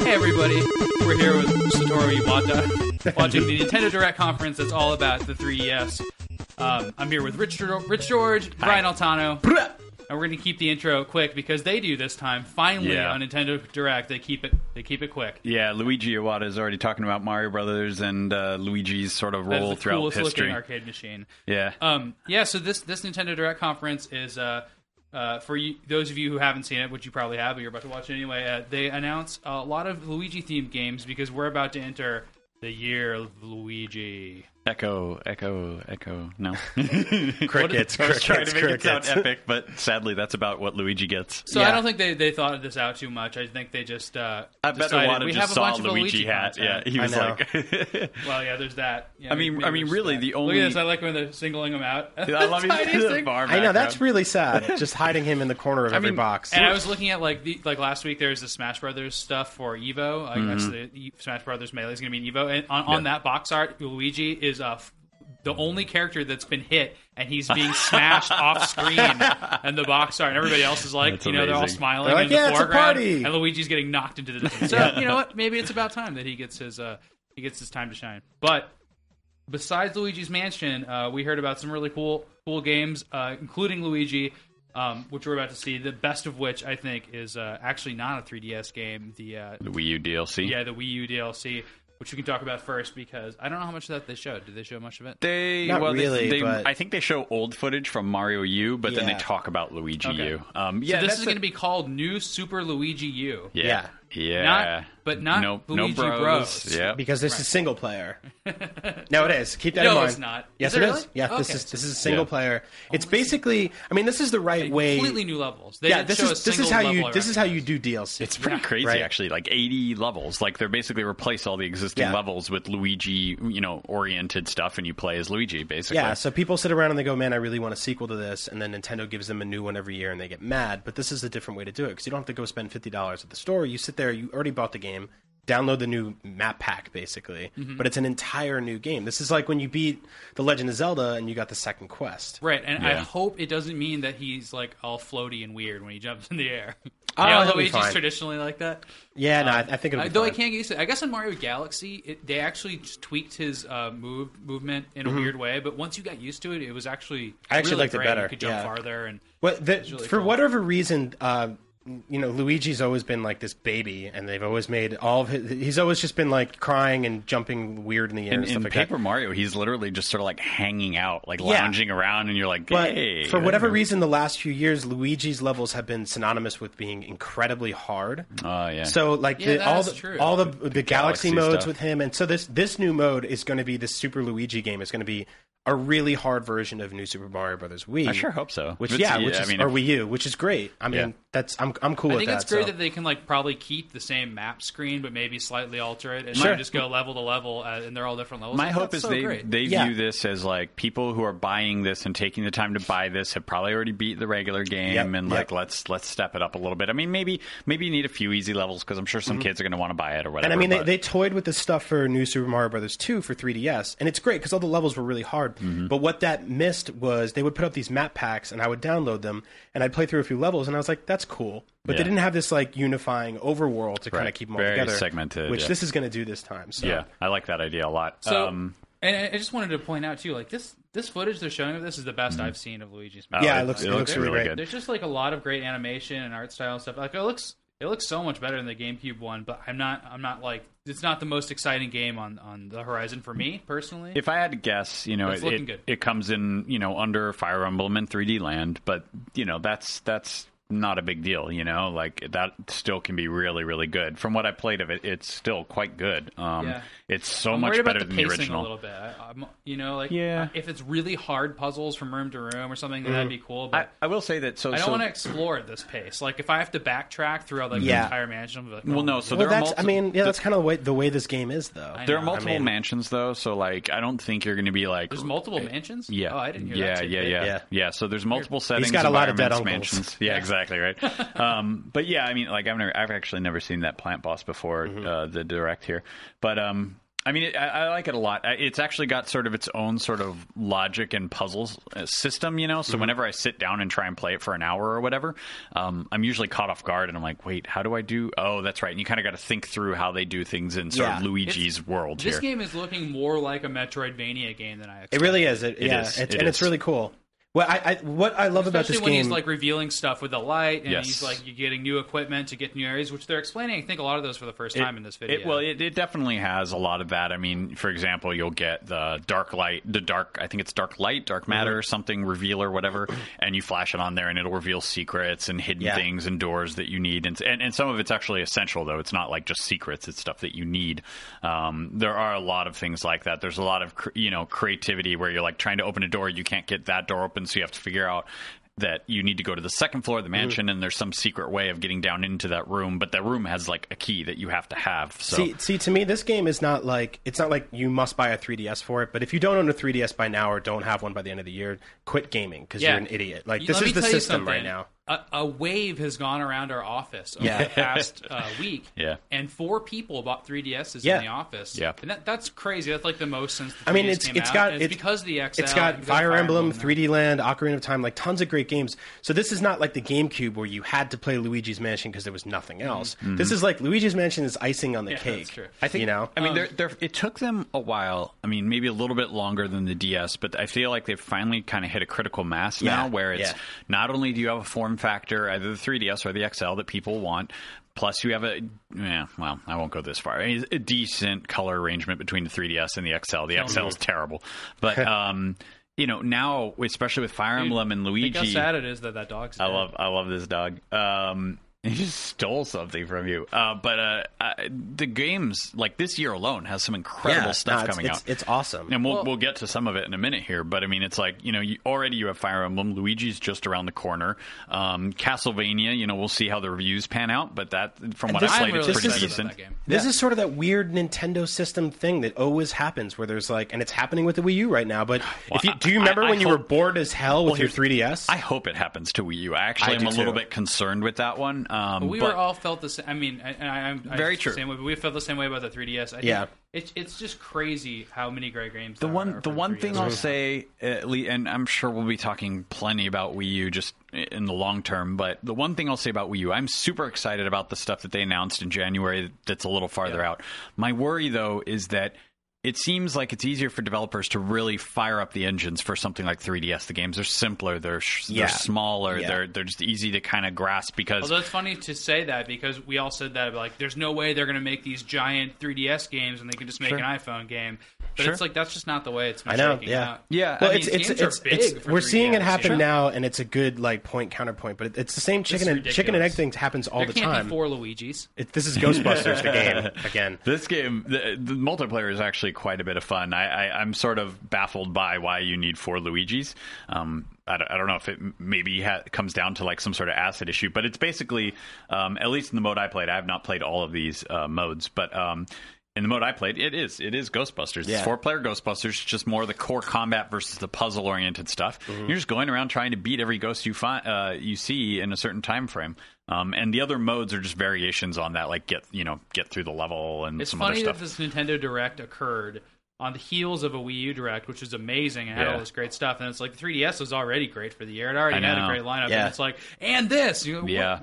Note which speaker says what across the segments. Speaker 1: Hey everybody, we're here with Satoru Iwata, watching the Nintendo Direct conference that's all about the 3DS. Um, I'm here with Rich, Geo- Rich George, Brian Altano, and we're going to keep the intro quick because they do this time. Finally,
Speaker 2: Yeah.
Speaker 1: on Nintendo Direct, they keep it they keep it quick.
Speaker 2: Yeah, Luigi Iwata is already talking about Mario Brothers and uh, Luigi's sort of
Speaker 1: That is
Speaker 2: role
Speaker 1: the
Speaker 2: throughout
Speaker 1: coolest
Speaker 2: history.
Speaker 1: looking arcade machine.
Speaker 2: Yeah,
Speaker 1: Um, yeah, so this this Nintendo Direct conference is uh, uh, for you, those of you who haven't seen it, which you probably have, but you're about to watch it anyway. Uh, they announce a lot of Luigi themed games because we're about to enter the year of Luigi.
Speaker 2: echo, echo, echo. No,
Speaker 3: Crickets,
Speaker 2: I was trying to
Speaker 3: crickets,
Speaker 2: make it
Speaker 3: crickets.
Speaker 2: sound epic, but sadly, that's about what Luigi gets.
Speaker 1: So I
Speaker 3: Yeah.
Speaker 1: don't think they, they thought this out too much. I think they just uh,
Speaker 2: I bet
Speaker 1: decided,
Speaker 2: Iwata
Speaker 1: we
Speaker 2: just
Speaker 1: have a
Speaker 2: saw
Speaker 1: bunch of
Speaker 2: Luigi, hat.
Speaker 1: content."
Speaker 2: Yeah, he
Speaker 3: I
Speaker 2: was
Speaker 3: know.
Speaker 2: like,
Speaker 1: Well, yeah, there's that. Yeah,
Speaker 2: I mean-
Speaker 1: maybe
Speaker 2: I mean,
Speaker 1: there's
Speaker 2: really,
Speaker 1: that.
Speaker 2: the
Speaker 1: Look
Speaker 2: only-
Speaker 1: at this. I like when they're singling them out.
Speaker 2: I love you
Speaker 1: Tiny
Speaker 2: to the
Speaker 1: thing.
Speaker 2: bar
Speaker 3: I know that's
Speaker 2: background.
Speaker 3: really sad. Just hiding him in the corner of every box.
Speaker 1: And I was looking at like the, like last week. There's the Smash Brothers stuff for Evo. Like
Speaker 2: Mm-hmm.
Speaker 1: that's the E- Smash Brothers Melee is going to be in Evo. And on, on that box art, Luigi is uh, f- the only character that's been hit, and he's being smashed off screen. And the box art, and everybody else is like,
Speaker 2: That's
Speaker 1: you know, they're all
Speaker 2: amazing.
Speaker 1: smiling
Speaker 3: They're like,
Speaker 1: in the
Speaker 3: "Yeah, it's a
Speaker 1: foreground,
Speaker 3: party."
Speaker 1: and Luigi's getting knocked into the distance. So you know what? Maybe it's about time that he gets his uh, he gets his time to shine. But besides Luigi's Mansion, uh, we heard about some really cool cool games, uh, including Luigi, um, which we're about to see. The best of which I think is uh, actually not a 3DS game. The uh,
Speaker 2: the Wii U DLC.
Speaker 1: yeah, the Wii U DLC, which we can talk about first because I don't know how much of that they showed. Did they show much of it?
Speaker 2: They
Speaker 3: Not
Speaker 2: well, they-
Speaker 3: really,
Speaker 2: they,
Speaker 3: but-
Speaker 2: I think they show old footage from Mario U, but then they
Speaker 3: Yeah.
Speaker 2: talk about Luigi
Speaker 1: Okay.
Speaker 2: U. Um,
Speaker 1: So
Speaker 2: yeah,
Speaker 1: this
Speaker 2: that's
Speaker 1: is
Speaker 2: a-
Speaker 1: going to be called New Super Luigi U.
Speaker 2: yeah, yeah,
Speaker 1: Not- but not
Speaker 2: no,
Speaker 1: Luigi
Speaker 2: no bros.
Speaker 1: Bros.
Speaker 2: Yeah,
Speaker 3: because this is single player. no, it is. Keep that
Speaker 1: No,
Speaker 3: in mind.
Speaker 1: it's not.
Speaker 3: Yes,
Speaker 1: Is it
Speaker 3: it is.
Speaker 1: really?
Speaker 3: Yeah, this
Speaker 1: Okay.
Speaker 3: is this is single
Speaker 2: Yeah.
Speaker 3: player. It's basically. I mean, this is the right way.
Speaker 1: Completely new levels. They
Speaker 3: Yeah,
Speaker 1: didn't
Speaker 3: this
Speaker 1: show a
Speaker 3: is this
Speaker 1: single
Speaker 3: is how
Speaker 1: level
Speaker 3: you
Speaker 1: I
Speaker 3: this is how you
Speaker 1: recognize.
Speaker 3: do DLC.
Speaker 2: It's pretty crazy,
Speaker 3: right.
Speaker 2: actually. Like eighty levels. Like they're basically replace all the existing
Speaker 3: Yeah.
Speaker 2: levels with Luigi, you know, oriented stuff, and you play as Luigi, basically.
Speaker 3: yeah, so people sit around and they go, "Man, I really want a sequel to this," and then Nintendo gives them a new one every year, and they get mad. But this is a different way to do it because you don't have to go spend fifty dollars at the store. You sit there, you already bought the game, download the new map pack, basically.
Speaker 1: Mm-hmm.
Speaker 3: But it's an entire new game. This is like when you beat The Legend of Zelda and you got the second quest.
Speaker 1: Right, and I
Speaker 2: Yeah.
Speaker 1: hope it doesn't mean that he's like all floaty and weird when he jumps in the air.
Speaker 3: Oh,
Speaker 1: you know,
Speaker 3: he'll be
Speaker 1: Luigi's
Speaker 3: fine.
Speaker 1: traditionally like that.
Speaker 3: Yeah, no, I, I think it'll
Speaker 1: Uh, I,
Speaker 3: be
Speaker 1: though I
Speaker 3: fine.
Speaker 1: can't get used to it. I guess on Mario Galaxy, it, they actually just tweaked his uh, move movement in a weird way. But once you got used to it, it was actually
Speaker 3: Mm-hmm. I actually
Speaker 1: really
Speaker 3: liked it
Speaker 1: great.
Speaker 3: better,
Speaker 1: You could jump
Speaker 3: yeah.
Speaker 1: farther, and
Speaker 3: Well, the,
Speaker 1: really
Speaker 3: for
Speaker 1: cool.
Speaker 3: whatever reason, uh, you know, Luigi's always been like this baby, and they've always made all of his. He's always just been like crying and jumping weird in the air
Speaker 2: In,
Speaker 3: and stuff
Speaker 2: in
Speaker 3: like that.
Speaker 2: Paper Mario, he's literally just sort of like hanging out, like
Speaker 3: Yeah.
Speaker 2: lounging around, and you're like,
Speaker 3: But
Speaker 2: hey.
Speaker 3: for whatever reason, the last few years, Luigi's levels have been synonymous with being incredibly hard.
Speaker 2: Oh, yeah.
Speaker 3: So like
Speaker 1: Yeah,
Speaker 3: the,
Speaker 1: that
Speaker 3: all
Speaker 1: is
Speaker 3: the
Speaker 1: true.
Speaker 3: all the the,
Speaker 2: galaxy
Speaker 3: galaxy, modes
Speaker 2: stuff.
Speaker 3: with him, and so this this new mode is going to be the Super Luigi game. It's going to be a really hard version of New Super Mario Brothers Wii.
Speaker 2: I sure hope so.
Speaker 3: Which
Speaker 2: It's-
Speaker 3: yeah, which
Speaker 2: I
Speaker 3: is,
Speaker 2: mean,
Speaker 3: or
Speaker 2: if-
Speaker 3: Wii U, which is great. I mean,
Speaker 2: Yeah.
Speaker 3: that's I'm I'm cool
Speaker 1: I
Speaker 3: with
Speaker 1: think
Speaker 3: that.
Speaker 1: it's great
Speaker 3: so.
Speaker 1: that they can like probably keep the same map screen, but maybe slightly alter it, and
Speaker 2: Sure.
Speaker 1: just go level to level, uh, and they're all different levels.
Speaker 2: My
Speaker 1: That's
Speaker 2: hope is
Speaker 1: so
Speaker 2: they
Speaker 1: great.
Speaker 2: they
Speaker 3: Yeah.
Speaker 2: view this as like people who are buying this and taking the time to buy this have probably already beat the regular game
Speaker 3: Yep,
Speaker 2: and
Speaker 3: yep.
Speaker 2: like let's let's step it up a little bit. I mean maybe maybe you need a few easy levels because I'm sure some kids are going to want to buy it or whatever.
Speaker 3: Mm-hmm. and I mean, they,
Speaker 2: but-
Speaker 3: they toyed with this stuff for New Super Mario Brothers 2 for 3DS, and it's great because all the levels were really hard.
Speaker 2: Mm-hmm.
Speaker 3: But what that missed was they would put up these map packs, and I would download them, and I'd play through a few levels, and I was like, that's cool. But
Speaker 2: Yeah.
Speaker 3: they didn't have this like unifying overworld to kind
Speaker 2: Right.
Speaker 3: of keep them
Speaker 2: Very
Speaker 3: all together,
Speaker 2: segmented,
Speaker 3: which
Speaker 2: yeah.
Speaker 3: this is going to do this time. So.
Speaker 2: yeah, I like that idea a lot.
Speaker 1: So,
Speaker 2: um,
Speaker 1: and I- I just wanted to point out too, like this this footage they're showing of this is the best I've seen of Luigi's. Mansion.
Speaker 2: Mm-hmm.
Speaker 3: Yeah,
Speaker 2: Oh,
Speaker 3: it looks-
Speaker 2: it
Speaker 3: it
Speaker 2: looks
Speaker 3: looks really
Speaker 2: really
Speaker 3: great.
Speaker 2: good.
Speaker 1: There's just like a lot of great animation and art style and stuff. Like it looks it looks so much better than the GameCube one, but I'm not I'm not like it's not the most exciting game on on the horizon for me personally.
Speaker 2: if I had to guess, you know,
Speaker 1: It's
Speaker 2: it,
Speaker 1: looking
Speaker 2: it,
Speaker 1: good.
Speaker 2: it comes in, you know, under Fire Emblem and 3D Land, but you know, that's that's not a big deal, you know, like that still can be really, really good. From what I played of it, it's still quite good. Um,
Speaker 1: Yeah.
Speaker 2: it's so
Speaker 1: I'm
Speaker 2: much
Speaker 1: worried
Speaker 2: better
Speaker 1: about the
Speaker 2: than the
Speaker 1: pacing
Speaker 2: original.
Speaker 1: a little bit. I, I'm, you know, like
Speaker 2: Yeah.
Speaker 1: if it's really hard puzzles from room to room or something, then that'd be cool. But
Speaker 2: I, I will say that. So
Speaker 1: I don't
Speaker 2: so-
Speaker 1: want to explore at this pace. Like if I have to backtrack throughout like
Speaker 3: Yeah.
Speaker 1: the entire mansion, I'm like,
Speaker 2: Well,
Speaker 1: oh
Speaker 2: no.
Speaker 1: my
Speaker 2: So
Speaker 3: Well,
Speaker 2: there are
Speaker 3: that's. I
Speaker 2: multi-
Speaker 3: mean, yeah, that's kind of the way, the way this game is, though.
Speaker 1: I
Speaker 2: there are
Speaker 1: know, I
Speaker 2: multiple
Speaker 3: mean-
Speaker 2: mansions though, so like I don't think you're going to be like
Speaker 1: There's multiple mansions.
Speaker 2: eh, Yeah.
Speaker 1: Oh, I didn't hear
Speaker 2: yeah,
Speaker 1: that.
Speaker 2: Yeah,
Speaker 1: tidbit.
Speaker 2: yeah, yeah,
Speaker 3: Yeah.
Speaker 2: So there's multiple settings.
Speaker 3: got a lot of dead
Speaker 2: environments,
Speaker 3: uncles.
Speaker 2: Mansions. Yeah, exactly right. um, but yeah, I mean, like I've never, I've actually never seen that plant boss before
Speaker 3: Mm-hmm.
Speaker 2: uh, the direct here, but um. I mean, it, I, I like it a lot. I- It's actually got sort of its own sort of logic and puzzles uh, system, you know.
Speaker 3: Mm-hmm.
Speaker 2: So whenever I sit down and try and play it for an hour or whatever, um, I'm usually caught off guard, and I'm like, "Wait, how do I do?" Oh, that's right. And you kind of got to think through how they do things in sort of
Speaker 3: Yeah.
Speaker 2: Luigi's world
Speaker 1: This
Speaker 2: here.
Speaker 1: game is looking more like a Metroidvania game than I expected.
Speaker 3: It really is. It, yeah,
Speaker 2: is.
Speaker 3: It's,
Speaker 2: It
Speaker 3: and
Speaker 2: is.
Speaker 3: it's really cool. Well, I, I what I love about
Speaker 1: Especially
Speaker 3: this
Speaker 1: when
Speaker 3: game,
Speaker 1: he's like revealing stuff with the light, and
Speaker 2: Yes.
Speaker 1: he's like you're getting new equipment to get new areas, which they're explaining. I think a lot of those for the first time in this video.
Speaker 2: It, well, it, it definitely has a lot of that. I mean, for example, you'll get the dark light, the dark, I think it's dark light,
Speaker 3: Mm-hmm.
Speaker 2: dark matter, something, revealer, whatever, and you flash it on there and it'll reveal secrets and hidden
Speaker 3: Yeah.
Speaker 2: things and doors that you need. And, and, and some of it's actually essential, though. It's not like just secrets, it's stuff that you need. Um, there are a lot of things like that. There's a lot of, cr- you know, creativity where you're like trying to open a door, you can't get that door open, so you have to figure out that you need to go to the second floor of
Speaker 3: Mm-hmm.
Speaker 2: the mansion and there's some secret way of getting down into that room but that room has like a key that you have to have so
Speaker 3: See, see, to me, this game is not like it's not like you must buy a 3DS for it. But if you don't own a 3DS by now or don't have one by the end of the year, quit gaming because you're an idiot. Like
Speaker 1: You-
Speaker 3: this
Speaker 1: let
Speaker 3: is
Speaker 1: me
Speaker 3: the
Speaker 1: tell you
Speaker 3: system right
Speaker 1: something.
Speaker 3: now.
Speaker 1: A, a wave has gone around our office over
Speaker 3: Yeah.
Speaker 1: the past uh, week.
Speaker 2: Yeah.
Speaker 1: And four people bought 3DSs
Speaker 3: Yeah.
Speaker 1: in the office.
Speaker 2: Yeah.
Speaker 1: And that, that's crazy. That's like the most since the 3DS
Speaker 3: I mean, it's
Speaker 1: came
Speaker 3: it's
Speaker 1: out.
Speaker 3: got
Speaker 1: And it's because of the XL.
Speaker 3: It's got
Speaker 1: and
Speaker 3: Fire Emblem,
Speaker 1: now.
Speaker 3: 3D Land, Ocarina of Time, like tons of great games. So this is not like the GameCube where you had to play Luigi's Mansion because there was nothing else. This is like Luigi's Mansion is icing on the
Speaker 1: Mm-hmm. Yeah,
Speaker 3: cake.
Speaker 1: that's true.
Speaker 2: I think
Speaker 3: you know.
Speaker 2: I mean, they're, they're, it took them a while. I mean, maybe a little bit longer than the DS, but I feel like they've finally kind of hit a critical mass
Speaker 3: Yeah,
Speaker 2: now, where it's
Speaker 3: yeah.
Speaker 2: not only do you have a form factor, either the 3DS or the XL that people want. Plus, you have a yeah. Well, I won't go this far. I mean, it's a decent color arrangement between the 3DS and the XL. The XL is terrible, but um, you know now, especially with Fire Emblem and Luigi,
Speaker 1: Think how sad it is that that dog's
Speaker 2: I
Speaker 1: dead.
Speaker 2: love I love this dog. Um, he just stole something from you. Uh, but uh, I, the games like this year alone has some incredible
Speaker 3: Yeah, no,
Speaker 2: stuff
Speaker 3: it's-
Speaker 2: coming
Speaker 3: it's,
Speaker 2: out.
Speaker 3: It's awesome.
Speaker 2: and we'll, we'll get to some of it in a minute here, but I mean, it's like you know, you, already you have Fire Emblem, Luigi's just around the corner, um, Castlevania. You know, we'll see how the reviews pan out, but that from what
Speaker 3: this-
Speaker 2: I
Speaker 3: I'm
Speaker 2: played, it's
Speaker 3: really
Speaker 2: pretty
Speaker 3: excited about
Speaker 2: decent.
Speaker 1: that game.
Speaker 3: This is sort of that weird Nintendo system thing that always happens, where there's like, and it's happening with the Wii U right now. But if you, do you
Speaker 2: I-
Speaker 3: remember
Speaker 2: I
Speaker 3: when you
Speaker 2: hope-
Speaker 3: were bored as hell with your 3DS?
Speaker 2: I hope it happens to Wii U. I actually
Speaker 3: I
Speaker 2: am
Speaker 3: do
Speaker 2: a little
Speaker 3: too.
Speaker 2: bit concerned with that one. Um,
Speaker 1: we
Speaker 2: but
Speaker 1: were all felt the same. I mean, I, I, I'm I
Speaker 2: Very
Speaker 1: felt the
Speaker 2: true.
Speaker 1: Same way, but we felt the same way about the 3DS. I
Speaker 3: Yeah.
Speaker 1: think it's it's just crazy how many great games.
Speaker 2: the one the one thing I'll say at least, and I'm sure we'll be talking plenty about Wii U just in the long term, but the one thing I'll say about Wii U, I'm super excited about the stuff that they announced in January that's a little farther out. My worry though is that it seems like it's easier for developers to really fire up the engines for something like 3DS. The games are simpler, they're sh-
Speaker 3: Yeah.
Speaker 2: they're smaller,
Speaker 3: Yeah.
Speaker 2: they're they're just easy to kind of grasp because
Speaker 1: Although it's funny to say that because we all said that like, there's no way they're going to make these giant 3DS games and they can just make an iPhone game. But
Speaker 2: Sure.
Speaker 1: it's like that's just not the way it's been
Speaker 3: I know,
Speaker 1: shaking
Speaker 3: yeah.
Speaker 1: out.
Speaker 2: Yeah,
Speaker 1: I
Speaker 2: Well,
Speaker 1: mean, games are big for
Speaker 3: we're
Speaker 1: 3DS,
Speaker 3: seeing it happen
Speaker 1: yeah.
Speaker 3: now, and it's a good like point counterpoint. But it, it's the same chicken and chicken and egg
Speaker 1: ridiculous.
Speaker 3: thing happens all
Speaker 1: There
Speaker 3: the
Speaker 1: can't
Speaker 3: time.
Speaker 1: be four Luigi's.
Speaker 3: It, this is Ghostbusters the game again.
Speaker 2: This game, the, the multiplayer is actually quite a bit of fun. I, I, I'm sort of baffled by why you need four Luigi's. Um, I, don't, I don't know if it m- maybe ha- comes down to like some sort of acid issue, but it's basically, um, at least in the mode I played, I have not played all of these uh, modes, but um, in the mode I played, it is it is Ghostbusters. It's four player Ghostbusters, just more the core combat versus the puzzle oriented stuff. You're just going around trying to beat every ghost you find uh, you see in a certain time frame. Um, and the other modes are just variations on that, like get you know get through the level and
Speaker 1: It's
Speaker 2: some
Speaker 1: funny
Speaker 2: other
Speaker 1: that
Speaker 2: stuff.
Speaker 1: this Nintendo Direct occurred on the heels of a Wii U Direct, which was amazing and had
Speaker 2: Yeah.
Speaker 1: all this great stuff. And it's like the 3DS was already great for the year; it already
Speaker 2: I
Speaker 1: had a
Speaker 2: know.
Speaker 1: great lineup.
Speaker 3: Yeah.
Speaker 1: And it's like, and this, you know, what-
Speaker 2: Yeah.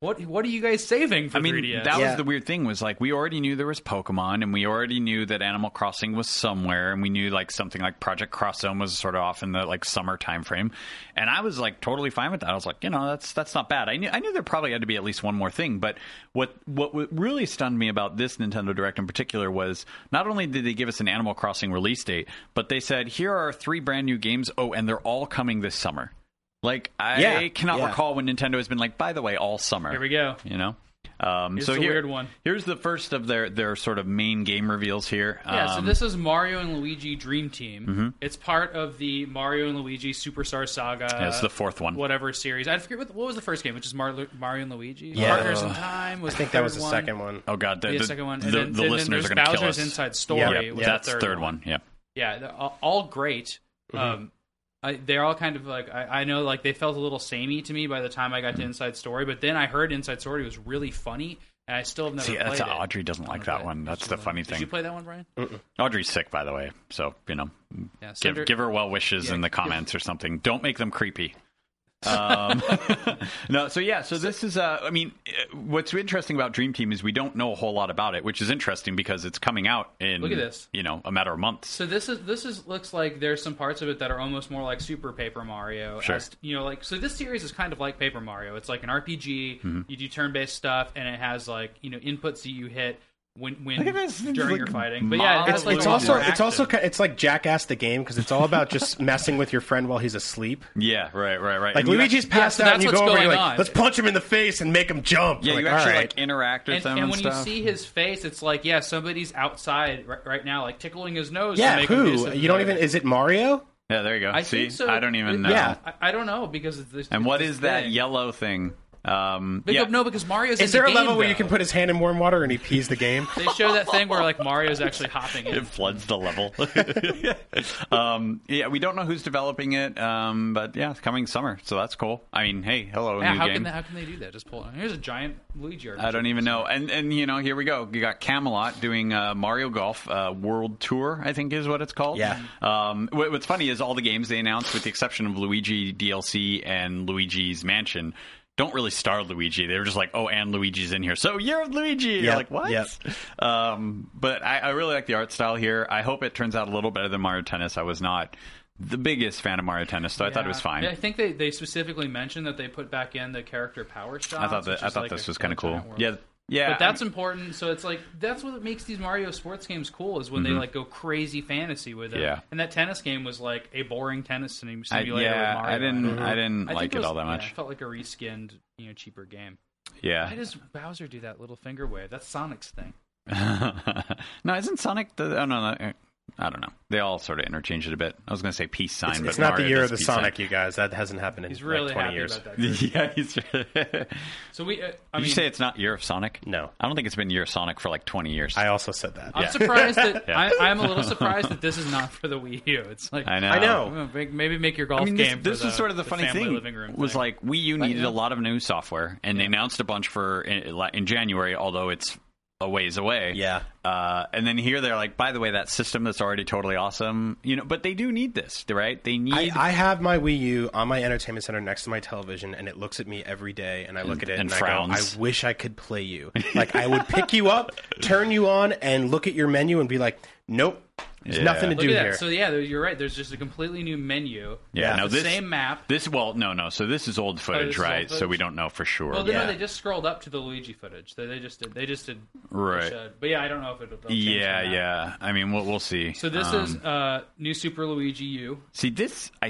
Speaker 1: What, what are you guys saving for
Speaker 2: I mean,
Speaker 1: 3DS?
Speaker 2: that
Speaker 3: Yeah.
Speaker 2: was the weird thing was like we already knew there was Pokemon, and we already knew that Animal Crossing was somewhere, and we knew like something like Project Cross Zone was sort of off in the like summer time frame, and I was like totally fine with that. I was like, you know, that's that's not bad. I knew I knew there probably had to be at least one more thing, but what what w- really stunned me about this Nintendo Direct in particular was not only did they give us an Animal Crossing release date, but they said here are three brand new games. Oh, and they're all coming this summer. Like I
Speaker 3: Yeah.
Speaker 2: cannot
Speaker 3: Yeah.
Speaker 2: recall when Nintendo has been like, by the way, all summer.
Speaker 1: Here we go.
Speaker 2: You know. Um,
Speaker 1: Here's
Speaker 2: so
Speaker 1: the
Speaker 2: here,
Speaker 1: weird one.
Speaker 2: Here's the first of their their sort of main game reveals here.
Speaker 1: Yeah, so
Speaker 2: Um, Mm-hmm.
Speaker 1: this is Mario and Luigi Dream Team. It's part of the Mario and Luigi Superstar Saga.
Speaker 2: Yeah, it's the fourth one.
Speaker 1: Whatever series. I forget what, what was the first game, which is Mar- Mario and Luigi.
Speaker 3: Yeah.
Speaker 1: Partners in Time was
Speaker 3: I think
Speaker 1: the
Speaker 3: that was
Speaker 1: third
Speaker 3: the
Speaker 1: one.
Speaker 3: second one.
Speaker 2: Oh god, the,
Speaker 1: Yeah,
Speaker 2: the,
Speaker 1: second one.
Speaker 2: the,
Speaker 1: And then-
Speaker 2: the
Speaker 1: then
Speaker 2: listeners
Speaker 1: there's
Speaker 2: are going to kill
Speaker 1: Bowser's
Speaker 2: us.
Speaker 1: Inside Story.
Speaker 3: Yeah,
Speaker 1: was
Speaker 2: That's
Speaker 1: the third,
Speaker 2: one. Mm-hmm. Yeah.
Speaker 1: Yeah, they're all, all great. Um, I, they're all kind of like I, I know like they felt a little samey to me by the time I
Speaker 2: Mm-hmm.
Speaker 1: got to Inside Story, but then I heard Inside Story was really funny, and I still have never
Speaker 2: See,
Speaker 1: played
Speaker 2: that's
Speaker 1: it.
Speaker 2: Audrey doesn't like that one. That's the funny
Speaker 1: Did you
Speaker 2: thing.
Speaker 1: play that one, Brian?
Speaker 2: Audrey's sick, by the way. So you know,
Speaker 1: Yeah, send
Speaker 2: give,
Speaker 1: her-
Speaker 2: give her well wishes
Speaker 1: Yeah,
Speaker 2: in the
Speaker 1: give-
Speaker 2: comments or something. Don't make them creepy. um, no, so yeah, so this is. Uh, I mean, uh, what's interesting about Dream Team is we don't know a whole lot about it, which is interesting because it's coming out in
Speaker 1: Look at this.
Speaker 2: you know a matter of months.
Speaker 1: So this is this is looks like there's some parts of it that are almost more like Super Paper Mario.
Speaker 2: Sure.
Speaker 1: as- you know, like so this series is kind of like Paper Mario. It's like an RPG.
Speaker 2: Mm-hmm.
Speaker 1: You do turn-based stuff, and it has like you know inputs that you hit when when
Speaker 2: Look at this, it's
Speaker 1: during
Speaker 2: like
Speaker 1: your fighting. But yeah,
Speaker 2: mild
Speaker 1: has,
Speaker 3: It's,
Speaker 1: like,
Speaker 3: it's
Speaker 1: more
Speaker 3: also it's
Speaker 1: interaction.
Speaker 3: also ki- it's like Jackass the game because it's all about just messing with your friend while he's asleep.
Speaker 2: Yeah, right, right, right.
Speaker 3: Like
Speaker 2: And you
Speaker 3: Luigi's
Speaker 2: act-
Speaker 3: passed
Speaker 1: so
Speaker 3: out,
Speaker 1: that's
Speaker 3: and you
Speaker 1: what's
Speaker 3: go over and
Speaker 1: going
Speaker 3: you're
Speaker 1: on.
Speaker 3: like, let's punch him in the face and make him jump.
Speaker 2: yeah,
Speaker 3: like,
Speaker 2: you actually
Speaker 3: all
Speaker 2: like interact with
Speaker 1: and,
Speaker 2: them
Speaker 1: and
Speaker 2: and,
Speaker 1: when
Speaker 2: stuff.
Speaker 1: you see his face, it's like yeah, somebody's outside right, right now, like tickling his nose. to
Speaker 3: yeah,
Speaker 1: make him do
Speaker 3: who?
Speaker 1: something
Speaker 3: You don't
Speaker 1: like
Speaker 3: even.
Speaker 1: that.
Speaker 3: Is it Mario?
Speaker 2: Yeah, there you go.
Speaker 1: I
Speaker 2: See,
Speaker 1: think so.
Speaker 2: I don't even know.
Speaker 3: Yeah.
Speaker 1: I, I don't know because it's this.
Speaker 2: And what
Speaker 1: this
Speaker 2: is that
Speaker 1: thing.
Speaker 2: yellow thing? Um,
Speaker 1: Big
Speaker 2: yeah.
Speaker 1: up, no, because Mario's. in
Speaker 3: Is there
Speaker 1: the
Speaker 3: a
Speaker 1: game,
Speaker 3: level where you
Speaker 1: though.
Speaker 3: can put his hand in warm water and he pees the game?
Speaker 1: They show that thing where like Mario's actually hopping in.
Speaker 2: It floods the level. um, yeah, we don't know who's developing it, um, but yeah, it's coming summer, so that's cool. I mean, hey, hello,
Speaker 1: Yeah,
Speaker 2: new
Speaker 1: how
Speaker 2: game.
Speaker 1: can they, how can they do that? Just pull. It. Here's a giant Luigi.
Speaker 2: I don't even know. And and you know, here we go. You got Camelot doing uh, Mario Golf uh, World Tour, I think is what it's called.
Speaker 3: Yeah.
Speaker 2: Um, what, what's funny is all the games they announced, with the exception of Luigi DLC and Luigi's Mansion, don't really star Luigi. They were just like, oh, and Luigi's in here, so you're Luigi. You're
Speaker 3: Yep,
Speaker 2: like what?
Speaker 3: yep.
Speaker 2: Um, but I, I really like the art style here. I hope it turns out a little better than Mario Tennis. I was not the biggest fan of Mario Tennis, so I thought it was fine.
Speaker 1: I think they, they specifically mentioned that they put back in the character power shots.
Speaker 2: I thought
Speaker 1: which
Speaker 2: that I
Speaker 1: is
Speaker 2: thought
Speaker 1: like
Speaker 2: this
Speaker 1: a-
Speaker 2: was kind
Speaker 1: a
Speaker 2: of cool.
Speaker 1: giant world.
Speaker 2: Yeah. Yeah,
Speaker 1: but that's
Speaker 2: I'm-
Speaker 1: important. So it's like that's what makes these Mario sports games cool is when they like go crazy fantasy with it.
Speaker 2: Mm-hmm. Yeah.
Speaker 1: And that tennis game was like a boring tennis sim-
Speaker 2: I,
Speaker 1: simulator.
Speaker 2: yeah,
Speaker 1: with Mario
Speaker 2: I didn't,
Speaker 1: in it.
Speaker 2: I didn't
Speaker 1: I think
Speaker 2: like it,
Speaker 1: was-
Speaker 2: all that
Speaker 1: yeah,
Speaker 2: much.
Speaker 1: it felt like a reskinned, you know, cheaper game.
Speaker 2: Yeah.
Speaker 1: Why does Bowser do that little finger wave? That's Sonic's thing.
Speaker 2: no, isn't Sonic the? Oh no, no, I don't know. They all sort of interchange it a bit. I was going to say peace sign,
Speaker 3: It's,
Speaker 2: but
Speaker 3: it's not the
Speaker 2: Mario
Speaker 3: year
Speaker 2: does
Speaker 3: of the
Speaker 2: peace
Speaker 3: Sonic, you guys. That hasn't happened in
Speaker 1: He's really
Speaker 3: like 20
Speaker 1: happy
Speaker 3: years.
Speaker 1: about that.
Speaker 2: sign.
Speaker 1: group.
Speaker 2: yeah, he's. Did
Speaker 1: So we, uh, I mean,
Speaker 2: you say it's not year of Sonic?
Speaker 3: No.
Speaker 2: I don't think it's been year of Sonic for like twenty years.
Speaker 3: I also said that.
Speaker 1: I'm surprised that I, I'm a little surprised that this is not for the Wii U. It's like
Speaker 2: I know.
Speaker 3: I know.
Speaker 1: Oh, make- Maybe make your golf
Speaker 2: I mean, this,
Speaker 1: game.
Speaker 2: this
Speaker 1: for the,
Speaker 2: is sort of the,
Speaker 1: the
Speaker 2: funny
Speaker 1: family
Speaker 2: thing.
Speaker 1: Living room
Speaker 2: was
Speaker 1: thing.
Speaker 2: like Wii U needed a lot of new software, and they announced a bunch for in, in January, although it's a ways away.
Speaker 3: Yeah.
Speaker 2: Uh, and then here they're like, by the way, that system that's already totally awesome, you know. But they do need this, right? They need.
Speaker 3: I, I have my Wii U on my entertainment center next to my television, and it looks at me every day. And I look at it
Speaker 2: and
Speaker 3: and, I
Speaker 2: frowns.
Speaker 3: go, "I wish I could play you. Like I would pick you up, turn you on, and look at your menu and be like, nope, There's nothing to
Speaker 1: Look
Speaker 3: do
Speaker 1: at
Speaker 3: here.
Speaker 1: that. So yeah, there- you're right. There's just a completely new menu.
Speaker 2: Yeah,
Speaker 3: Yeah.
Speaker 2: no,
Speaker 1: It's the
Speaker 2: this
Speaker 1: same map.
Speaker 2: This well, no, no. So this is old
Speaker 1: Oh, this
Speaker 2: footage,
Speaker 1: is old
Speaker 2: right? So
Speaker 1: footage.
Speaker 2: we don't know for sure.
Speaker 1: Well, they,
Speaker 3: Yeah.
Speaker 1: no, they just scrolled up to the Luigi footage. They, they just did. They just did.
Speaker 2: Right.
Speaker 1: uh, But yeah, I don't know if it'll. it'll change
Speaker 2: yeah,
Speaker 1: or not.
Speaker 2: yeah. I mean, we'll we'll see.
Speaker 1: So this
Speaker 2: Um,
Speaker 1: is uh, new Super Luigi U.
Speaker 2: see this. I,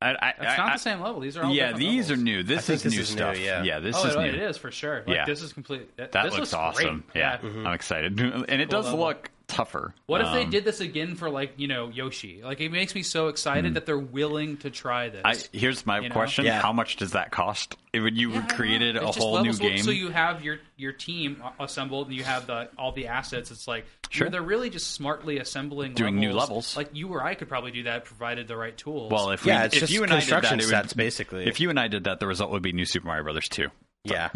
Speaker 2: I, I
Speaker 1: It's
Speaker 2: I-
Speaker 1: not the same level. These are all
Speaker 2: Yeah,
Speaker 1: different
Speaker 2: these
Speaker 1: levels.
Speaker 2: are new. This
Speaker 3: think
Speaker 2: is
Speaker 3: this
Speaker 2: new
Speaker 3: is new,
Speaker 2: stuff.
Speaker 3: yeah.
Speaker 2: yeah, this
Speaker 1: oh,
Speaker 2: is
Speaker 1: it,
Speaker 2: new.
Speaker 1: it is for sure. Like,
Speaker 2: Yeah.
Speaker 1: this is complete. That,
Speaker 2: That
Speaker 1: this
Speaker 2: looks
Speaker 1: looks great.
Speaker 2: awesome. Yeah,
Speaker 3: Mm-hmm.
Speaker 2: I'm excited, and it does
Speaker 1: level.
Speaker 2: look tougher.
Speaker 1: What if they
Speaker 2: Um,
Speaker 1: did this again for like you know Yoshi? Like it makes me so excited that they're willing to try this.
Speaker 2: Hmm. I, here's my
Speaker 1: you know?
Speaker 2: question:
Speaker 3: Yeah.
Speaker 2: How much does that cost? It would you
Speaker 1: Yeah, I don't know.
Speaker 2: created
Speaker 1: It's
Speaker 2: a
Speaker 1: just
Speaker 2: whole new
Speaker 1: levels. Well,
Speaker 2: game?
Speaker 1: So you have your your team a- assembled, and you have the all the assets. It's like
Speaker 2: Sure.
Speaker 1: you're- they're really just smartly assembling
Speaker 2: Doing new levels.
Speaker 1: Like you or I could probably do that, provided the right tools.
Speaker 2: well, if
Speaker 3: Yeah,
Speaker 2: we,
Speaker 3: it's
Speaker 2: if
Speaker 3: just
Speaker 2: you and I did that,
Speaker 3: construction
Speaker 2: it would-
Speaker 3: sets, basically.
Speaker 2: If you and I did that, the result would be New Super Mario Brothers Two.
Speaker 3: yeah.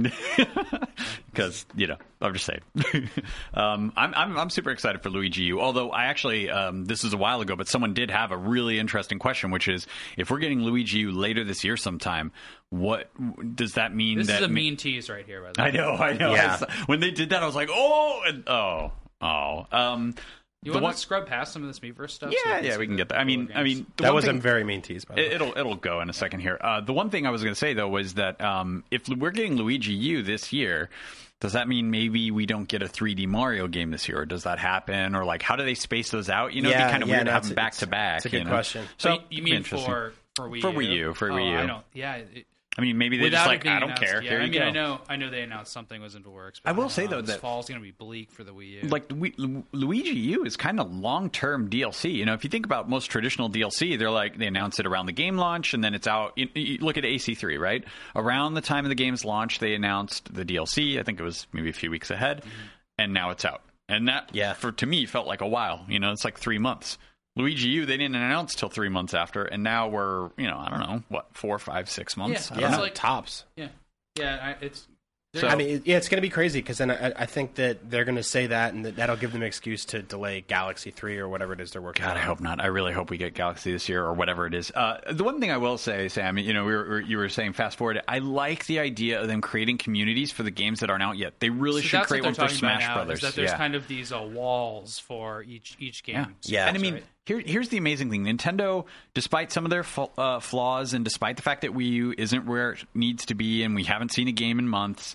Speaker 2: because you know I'm just saying. um, I'm, I'm I'm super excited for Luigi U. Although I actually um, this is a while ago, but someone did have a really interesting question, which is if we're getting Luigi U later this year sometime, what does that mean?
Speaker 1: this
Speaker 2: that
Speaker 1: is a
Speaker 2: ma-
Speaker 1: mean tease right here. By the way,
Speaker 2: I know, I know.
Speaker 3: Yeah.
Speaker 2: I saw- when they did that, I was like, oh, and, oh, oh. Um,
Speaker 1: You
Speaker 2: the
Speaker 1: want
Speaker 2: one-
Speaker 1: to scrub past some of this Miiverse stuff? so
Speaker 2: yeah,
Speaker 1: see
Speaker 2: yeah, we can
Speaker 1: the
Speaker 2: get that. I mean,
Speaker 1: cooler
Speaker 2: I
Speaker 1: games?
Speaker 2: mean, the
Speaker 3: That
Speaker 2: one
Speaker 3: was
Speaker 2: thing-
Speaker 3: a very mean tease, by the way.
Speaker 2: it, it'll it'll go in a second here. Uh, the one thing I was going to say though was that um, if we're getting Luigi U this year, does that mean maybe we don't get a 3D Mario game this year, or does that happen, or like how do they space those out? You know, it'd
Speaker 3: Yeah,
Speaker 2: be kind of
Speaker 3: yeah,
Speaker 2: weird
Speaker 3: no,
Speaker 2: to have
Speaker 3: it's-
Speaker 2: them back to
Speaker 3: it's-
Speaker 2: back.
Speaker 3: it's a good
Speaker 2: you know?
Speaker 3: question.
Speaker 2: So
Speaker 1: you, you mean
Speaker 2: it'd be interesting.
Speaker 1: for for Wii
Speaker 2: For
Speaker 1: U?
Speaker 2: Wii U, for
Speaker 1: oh,
Speaker 2: Wii U.
Speaker 1: I don't. Yeah. It,
Speaker 2: I mean, maybe they're
Speaker 1: without
Speaker 2: just
Speaker 1: it
Speaker 2: like,
Speaker 1: being
Speaker 2: I don't
Speaker 1: announced
Speaker 2: care.
Speaker 1: yet.
Speaker 2: Here you
Speaker 1: I mean,
Speaker 2: go.
Speaker 1: I know, I know they announced something was into works. But
Speaker 2: I will
Speaker 1: don't
Speaker 2: say,
Speaker 1: know.
Speaker 2: though,
Speaker 1: this
Speaker 2: that-
Speaker 1: fall's going to be bleak for the Wii U.
Speaker 2: like Lu- Lu- Luigi U is kind of long term DLC. You know, if you think about most traditional DLC, they're like they announce it around the game launch and then it's out. You, you look at AC3, right? Around the time of the game's launch, they announced the DLC. I think it was maybe a few weeks ahead, and now it's out. And that,
Speaker 3: Mm-hmm. Yeah.
Speaker 2: for to me, felt like a while. You know, it's like three months. Luigi U, they didn't announce till three months after, and now we're you know I don't know what four, five, six months.
Speaker 1: Yeah.
Speaker 2: I don't
Speaker 3: yeah,
Speaker 1: it's
Speaker 2: know.
Speaker 1: like-
Speaker 3: tops.
Speaker 1: yeah, yeah. I, it's
Speaker 2: So-
Speaker 3: I mean, it- yeah, it's going to be crazy because then I, I think that they're going to say that, and that, that'll give them an excuse to delay Galaxy Three or whatever it is they're working
Speaker 2: God,
Speaker 3: on.
Speaker 2: I hope not. I really hope we get Galaxy this year or whatever it is. Uh, the one thing I will say, Sam, you know, we were, you were saying fast forward. I like the idea of them creating communities for the games that aren't out yet. They really
Speaker 1: So
Speaker 2: should
Speaker 1: that's
Speaker 2: create
Speaker 1: what
Speaker 2: one
Speaker 1: they're
Speaker 2: for
Speaker 1: talking about
Speaker 2: Smash
Speaker 1: now,
Speaker 2: Brothers.
Speaker 1: Is that there's
Speaker 2: yeah.
Speaker 1: kind of these uh, walls for each each game.
Speaker 2: yeah.
Speaker 1: So
Speaker 3: Yeah.
Speaker 2: and I mean,
Speaker 1: right.
Speaker 2: here, here's the amazing thing: Nintendo, despite some of their fa- uh, flaws, and despite the fact that Wii U isn't where it needs to be, and we haven't seen a game in months,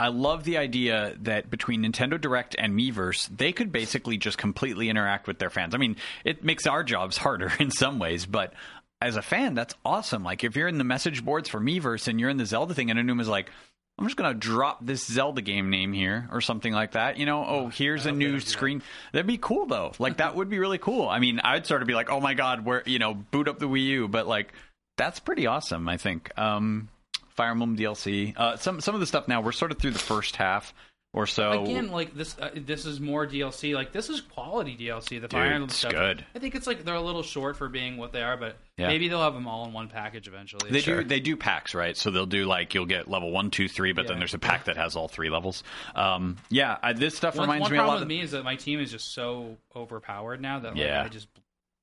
Speaker 2: I love the idea that between Nintendo Direct and Miiverse, they could basically just completely interact with their fans. I mean, it makes our jobs harder in some ways, but as a fan, that's awesome. Like if you're in the message boards for Miiverse and you're in the Zelda thing, and Anuma's like. I'm just gonna drop this Zelda game name here or something like that. You know, oh, here's a new screen. That'd be cool though. Like that would be really cool. I mean, I'd sort of be like, oh my god, where you know, boot up the Wii U. But like, that's pretty awesome. I think. Um, Fire Emblem DLC. Uh, some some of the stuff now we're sort of through the first half or so.
Speaker 1: Again, like this, uh, this is more DLC. Like this is quality DLC. The Fire
Speaker 2: Dude,
Speaker 1: Emblem
Speaker 2: it's
Speaker 1: stuff.
Speaker 2: good.
Speaker 1: I think it's like they're a little short for being what they are, but
Speaker 2: Yeah.
Speaker 1: maybe they'll have them all in one package eventually.
Speaker 2: They do they do packs, right? So they'll do like you'll get level one, two, three, but then
Speaker 1: Yeah.
Speaker 2: there's a pack that has all three levels. Um, yeah, I, this stuff
Speaker 1: One,
Speaker 2: reminds
Speaker 1: one
Speaker 2: me a
Speaker 1: problem
Speaker 2: lot.
Speaker 1: with
Speaker 2: of,
Speaker 1: me is that my team is just so overpowered now that like,
Speaker 2: Yeah.
Speaker 1: I just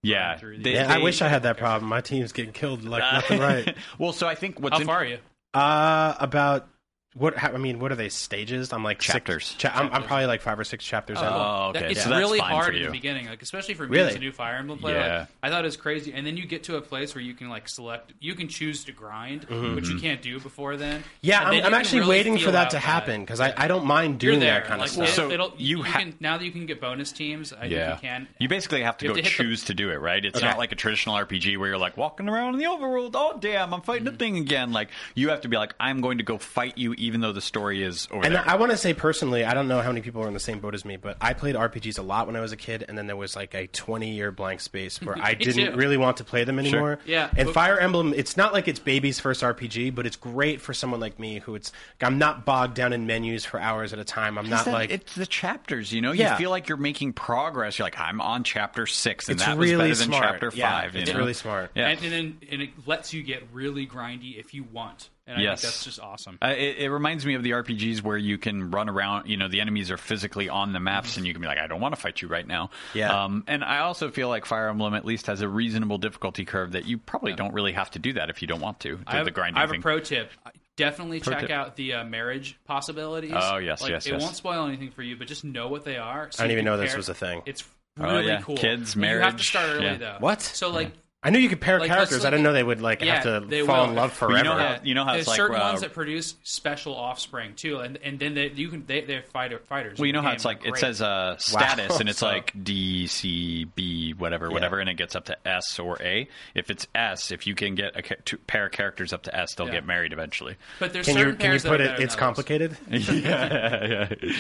Speaker 2: yeah,
Speaker 1: run through
Speaker 2: they-
Speaker 1: these.
Speaker 3: Yeah,
Speaker 2: they-
Speaker 3: I wish I had that problem. My team's getting killed like nothing right.
Speaker 2: well, so I think what's
Speaker 1: how
Speaker 2: in-
Speaker 1: far are you?
Speaker 3: Uh, about what? How, I mean, what are they stages? I'm like
Speaker 2: Chapters.
Speaker 3: Six, cha- I'm, I'm probably like five or six chapters
Speaker 1: Oh,
Speaker 3: out.
Speaker 2: Oh,
Speaker 1: that-
Speaker 2: okay.
Speaker 1: it's
Speaker 2: So that's
Speaker 1: really
Speaker 2: fine
Speaker 1: hard
Speaker 2: for
Speaker 1: in
Speaker 2: you.
Speaker 1: the beginning, like especially for me
Speaker 3: Really?
Speaker 1: as a new Fire Emblem player.
Speaker 2: Yeah.
Speaker 1: Like, I thought it was crazy, and then you get to a place where you can like select, you can choose to grind, which you can't do before then.
Speaker 3: Mm-hmm. Yeah,
Speaker 1: And then
Speaker 3: I'm,
Speaker 1: you
Speaker 3: I'm
Speaker 1: can
Speaker 3: actually
Speaker 1: really
Speaker 3: waiting
Speaker 1: feel
Speaker 3: for that
Speaker 1: out
Speaker 3: to happen because I, I don't mind doing
Speaker 1: You're there.
Speaker 3: that kind
Speaker 1: like,
Speaker 3: of stuff.
Speaker 1: It,
Speaker 2: So
Speaker 1: it'll,
Speaker 2: you
Speaker 1: you,
Speaker 2: ha-
Speaker 1: can now that you can get bonus teams. I
Speaker 2: Yeah.
Speaker 1: think you can.
Speaker 2: You basically have to
Speaker 1: You have
Speaker 2: go
Speaker 1: to hit the-
Speaker 2: choose to do it, right? It's
Speaker 3: Okay.
Speaker 2: not like a traditional RPG where you're like walking around in the overworld. Oh, damn, I'm
Speaker 1: Mm.
Speaker 2: fighting a thing again. Like you have to be like, I'm going to go fight you, even though the story is over
Speaker 3: And
Speaker 2: there.
Speaker 3: I want to say personally, I don't know how many people are in the same boat as me, but I played RPGs a lot when I was a kid, and then there was like a 20 year blank space where I
Speaker 1: Me
Speaker 3: didn't
Speaker 1: too.
Speaker 3: really want to play them anymore.
Speaker 1: Yeah.
Speaker 3: And
Speaker 1: But-
Speaker 3: Fire Emblem, it's not like it's baby's first RPG, but it's great for someone like me who it's, I'm not bogged down in menus for hours at a time. I'm not
Speaker 2: It's that-
Speaker 3: like,
Speaker 2: it's the chapters, you know.
Speaker 3: Yeah.
Speaker 2: You feel like you're making progress. You're like, I'm on chapter six, and
Speaker 3: It's
Speaker 2: that
Speaker 3: really
Speaker 2: was better than
Speaker 3: smart.
Speaker 2: chapter
Speaker 3: Yeah,
Speaker 2: five. you
Speaker 3: it's
Speaker 2: know?
Speaker 3: really smart.
Speaker 2: Yeah.
Speaker 1: And, and then and it lets you get really grindy if you want, and I
Speaker 2: Yes.
Speaker 1: think that's just awesome.
Speaker 2: Uh, it, it reminds me of the RPGs where you can run around. You know, the enemies are physically on the maps, and you can be like, "I don't want to fight you right now."
Speaker 3: Yeah.
Speaker 2: Um, and I also feel like Fire Emblem at least has a reasonable difficulty curve that you probably don't really have to do that if you don't want to. The,
Speaker 1: I have,
Speaker 2: the grinding
Speaker 1: I have a
Speaker 2: thing.
Speaker 1: pro tip. Definitely check
Speaker 2: tip.
Speaker 1: out the uh, marriage possibilities.
Speaker 2: Oh, yes,
Speaker 1: Like,
Speaker 2: yes,
Speaker 1: It
Speaker 2: yes.
Speaker 1: won't spoil anything for you, but just know what they are. so
Speaker 3: I didn't
Speaker 1: you
Speaker 3: even
Speaker 1: can
Speaker 3: know this
Speaker 1: pair-
Speaker 3: was a thing.
Speaker 1: It's
Speaker 2: Oh,
Speaker 1: really
Speaker 2: yeah.
Speaker 1: cool.
Speaker 2: Kids,
Speaker 1: You have to
Speaker 2: marriage,
Speaker 1: start early
Speaker 2: yeah.
Speaker 1: though.
Speaker 3: What?
Speaker 1: So like.
Speaker 3: I knew you could pair
Speaker 1: Like, that's
Speaker 3: characters. I
Speaker 1: like-
Speaker 3: didn't know they would like
Speaker 1: Yeah,
Speaker 3: have
Speaker 1: they
Speaker 3: to fall
Speaker 1: will.
Speaker 3: in love
Speaker 2: Well,
Speaker 3: forever.
Speaker 2: you know how- how
Speaker 1: there's
Speaker 2: it's like,
Speaker 1: certain
Speaker 2: uh,
Speaker 1: ones that produce special offspring too, and and then they, you can they, they're fighter, fighters.
Speaker 2: Well, you
Speaker 1: in the
Speaker 2: know how
Speaker 1: game.
Speaker 2: it's like it
Speaker 1: Great.
Speaker 2: says uh, status, and it's
Speaker 3: So-
Speaker 2: like D, C, B, whatever, whatever, and it gets up to S or A. If it's S, if you can get a ca- two pair of characters up to S, they'll
Speaker 1: Yeah.
Speaker 2: get married eventually.
Speaker 1: but there's
Speaker 3: Can
Speaker 1: certain
Speaker 3: you can you
Speaker 1: pairs that
Speaker 3: put
Speaker 1: are
Speaker 3: it?
Speaker 1: better
Speaker 3: It's
Speaker 1: than others.
Speaker 3: complicated.
Speaker 2: yeah, yeah.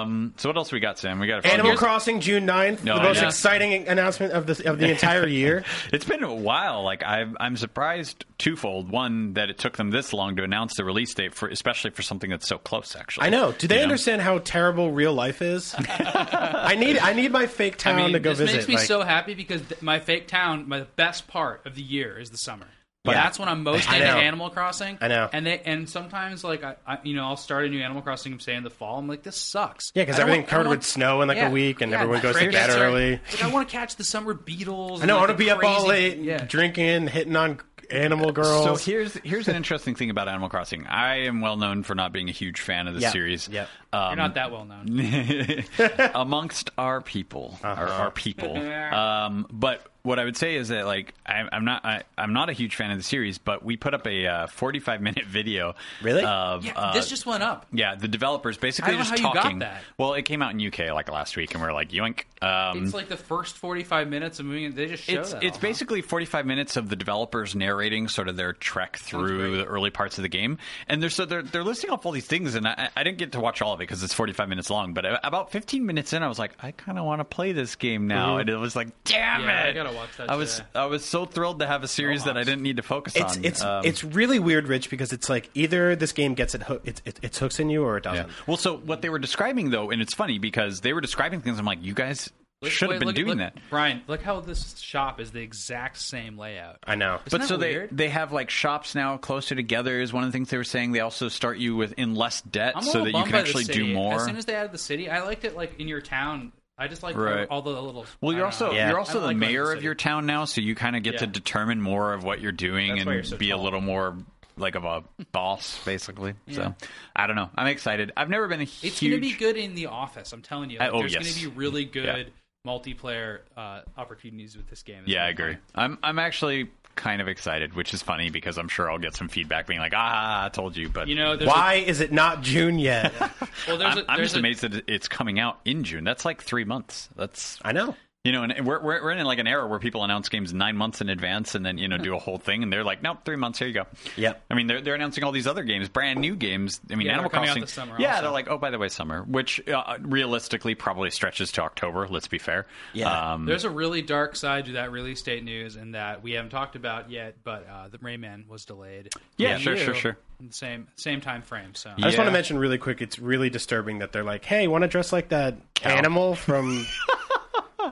Speaker 2: Um, so what else we got, Sam? We got a fun
Speaker 3: Animal
Speaker 2: one.
Speaker 3: Crossing June 9th,
Speaker 2: No,
Speaker 3: the most
Speaker 2: yeah.
Speaker 3: exciting announcement of the of the entire year.
Speaker 2: It's been a while. Like I've, I'm surprised twofold. One that it took them this long to announce the release date for, especially for something that's so close. Actually,
Speaker 3: I know. Do they
Speaker 2: You
Speaker 3: understand how terrible real life is? I need I need my fake
Speaker 1: I
Speaker 3: town
Speaker 1: mean,
Speaker 3: to go
Speaker 1: this
Speaker 3: visit.
Speaker 1: makes me
Speaker 3: like,
Speaker 1: so happy because th- my fake town, my best part of the year is the summer. But
Speaker 3: Yeah.
Speaker 1: that's when I'm most
Speaker 3: I
Speaker 1: into
Speaker 3: know.
Speaker 1: Animal Crossing.
Speaker 3: I know.
Speaker 1: and they and sometimes like I, I you know I'll start a new Animal Crossing say in the fall. I'm like this sucks.
Speaker 3: Yeah, 'cause
Speaker 1: I don't
Speaker 3: everything
Speaker 1: want- I
Speaker 3: covered
Speaker 1: don't
Speaker 3: with
Speaker 1: want-
Speaker 3: snow in, like, a week and everyone goes to
Speaker 1: crickets
Speaker 3: bed
Speaker 1: are-
Speaker 3: early.
Speaker 1: Like, I want to catch the summer beetles.
Speaker 3: I know. I
Speaker 1: and,
Speaker 3: want to
Speaker 1: like,
Speaker 3: be
Speaker 1: the
Speaker 3: up all
Speaker 1: crazy-
Speaker 3: late,
Speaker 1: Yeah.
Speaker 3: drinking, hitting on animal girls.
Speaker 2: So here's here's an interesting thing about Animal Crossing. I am well known for not being a huge fan of the
Speaker 3: Yeah,
Speaker 2: series.
Speaker 3: yeah.
Speaker 2: Um,
Speaker 1: You're not that well known.
Speaker 2: amongst our people, our,
Speaker 3: Uh-huh.
Speaker 2: our people. Um, but what I would say is that like I, I'm not I, I'm not a huge fan of the series, but we put up a uh, 45 minute video.
Speaker 3: Really?
Speaker 2: Of,
Speaker 1: Yeah,
Speaker 2: uh,
Speaker 1: this just went up.
Speaker 2: yeah, the developers basically
Speaker 1: I don't know
Speaker 2: just
Speaker 1: how you got
Speaker 2: talking.
Speaker 1: that.
Speaker 2: Well, it came out in UK like last week, and we are like, yoink. Um,
Speaker 1: It's like the first 45 minutes of moving. They just show
Speaker 2: it's
Speaker 1: that. Uh-huh.
Speaker 2: it's
Speaker 1: all, huh?
Speaker 2: basically 45 minutes of the developers narrating sort of their trek through the early parts of the game and they're so they're, they're listing off all these things and I, I didn't get to watch all of it because it's 45 minutes long but a- about 15 minutes in i was like i kind of want to play this game now and it was like damn
Speaker 1: Yeah, I
Speaker 2: it
Speaker 1: gotta watch that
Speaker 2: i was
Speaker 1: today.
Speaker 2: i was so thrilled to have a series that i didn't need to focus
Speaker 3: it's
Speaker 2: on
Speaker 3: it's
Speaker 2: Um,
Speaker 3: it's really weird, Rich, because it's like either this game gets it, hoo- it, it it's hooks in you or it doesn't.
Speaker 2: well so what they were describing though and it's funny because they were describing things i'm like you guys
Speaker 1: Look-
Speaker 2: should
Speaker 1: wait,
Speaker 2: have been
Speaker 1: look-
Speaker 2: doing
Speaker 1: look-
Speaker 2: that
Speaker 1: Brian, look how this shop is the exact same layout.
Speaker 3: I know.
Speaker 1: Isn't
Speaker 2: but
Speaker 1: that
Speaker 2: so
Speaker 1: weird?
Speaker 2: they they have like shops now closer together is one of the things they were saying. They also start you with in less debt
Speaker 1: I'm a
Speaker 2: so
Speaker 1: little
Speaker 2: that you
Speaker 1: bummed
Speaker 2: can
Speaker 1: by
Speaker 2: actually
Speaker 1: the
Speaker 2: do
Speaker 1: city.
Speaker 2: more.
Speaker 1: As soon as they added the city, I liked it like in your town. I just like
Speaker 2: Right.
Speaker 1: all the little.
Speaker 2: well,
Speaker 1: I
Speaker 2: you're
Speaker 1: don't
Speaker 2: also
Speaker 1: know.
Speaker 3: Yeah.
Speaker 2: you're
Speaker 3: I
Speaker 2: also
Speaker 1: don't
Speaker 2: the
Speaker 1: like my
Speaker 2: mayor of
Speaker 1: city.
Speaker 2: your town now, so you kind of get to
Speaker 1: Yeah.
Speaker 2: determine more of what you're doing
Speaker 1: That's why you're
Speaker 2: and
Speaker 1: so
Speaker 2: be a
Speaker 1: tall.
Speaker 2: little more like of a boss, basically. So I don't know. I'm excited. I've never been a huge.
Speaker 1: It's going to be good in the office. I'm telling you. Like,
Speaker 2: I- oh,
Speaker 1: there's
Speaker 2: yes.
Speaker 1: going to be really good multiplayer uh, opportunities with this game. It's
Speaker 2: Yeah, I
Speaker 1: gonna be
Speaker 2: agree.
Speaker 1: fun.
Speaker 2: I'm I'm actually kind of excited, which is funny because I'm sure I'll get some feedback being like, ah, I told you, but
Speaker 1: You know, there's
Speaker 3: Why is it not June yet?
Speaker 1: A, well, there's
Speaker 2: I'm,
Speaker 1: a,
Speaker 2: I'm
Speaker 1: there's
Speaker 2: just
Speaker 1: a-
Speaker 2: amazed that it's coming out in June. That's like three months. That's
Speaker 3: I know.
Speaker 2: You know, and we're, we're, we're in like an era where people announce games nine months in advance and then, you know, do a whole thing and they're like, nope, three months, here you go.
Speaker 3: Yep.
Speaker 2: I mean, they're, they're announcing all these other games, brand new games. I mean,
Speaker 1: Yeah,
Speaker 2: Animal
Speaker 1: they're coming out
Speaker 2: Crossing.
Speaker 1: this summer
Speaker 2: yeah,
Speaker 1: also.
Speaker 2: they're like, oh, by the way, summer, which uh, realistically probably stretches to October, let's be fair.
Speaker 3: Yeah.
Speaker 2: Um,
Speaker 1: There's a really dark side to that release date news, and that we haven't talked about yet. But uh, the Rayman was delayed.
Speaker 2: Yeah,
Speaker 1: By
Speaker 2: sure,
Speaker 1: you
Speaker 2: sure, sure.
Speaker 1: in the Same same time frame. So
Speaker 3: I just want
Speaker 2: Yeah.
Speaker 3: to mention really quick. It's really disturbing that they're like, "Hey, want to dress like that animal from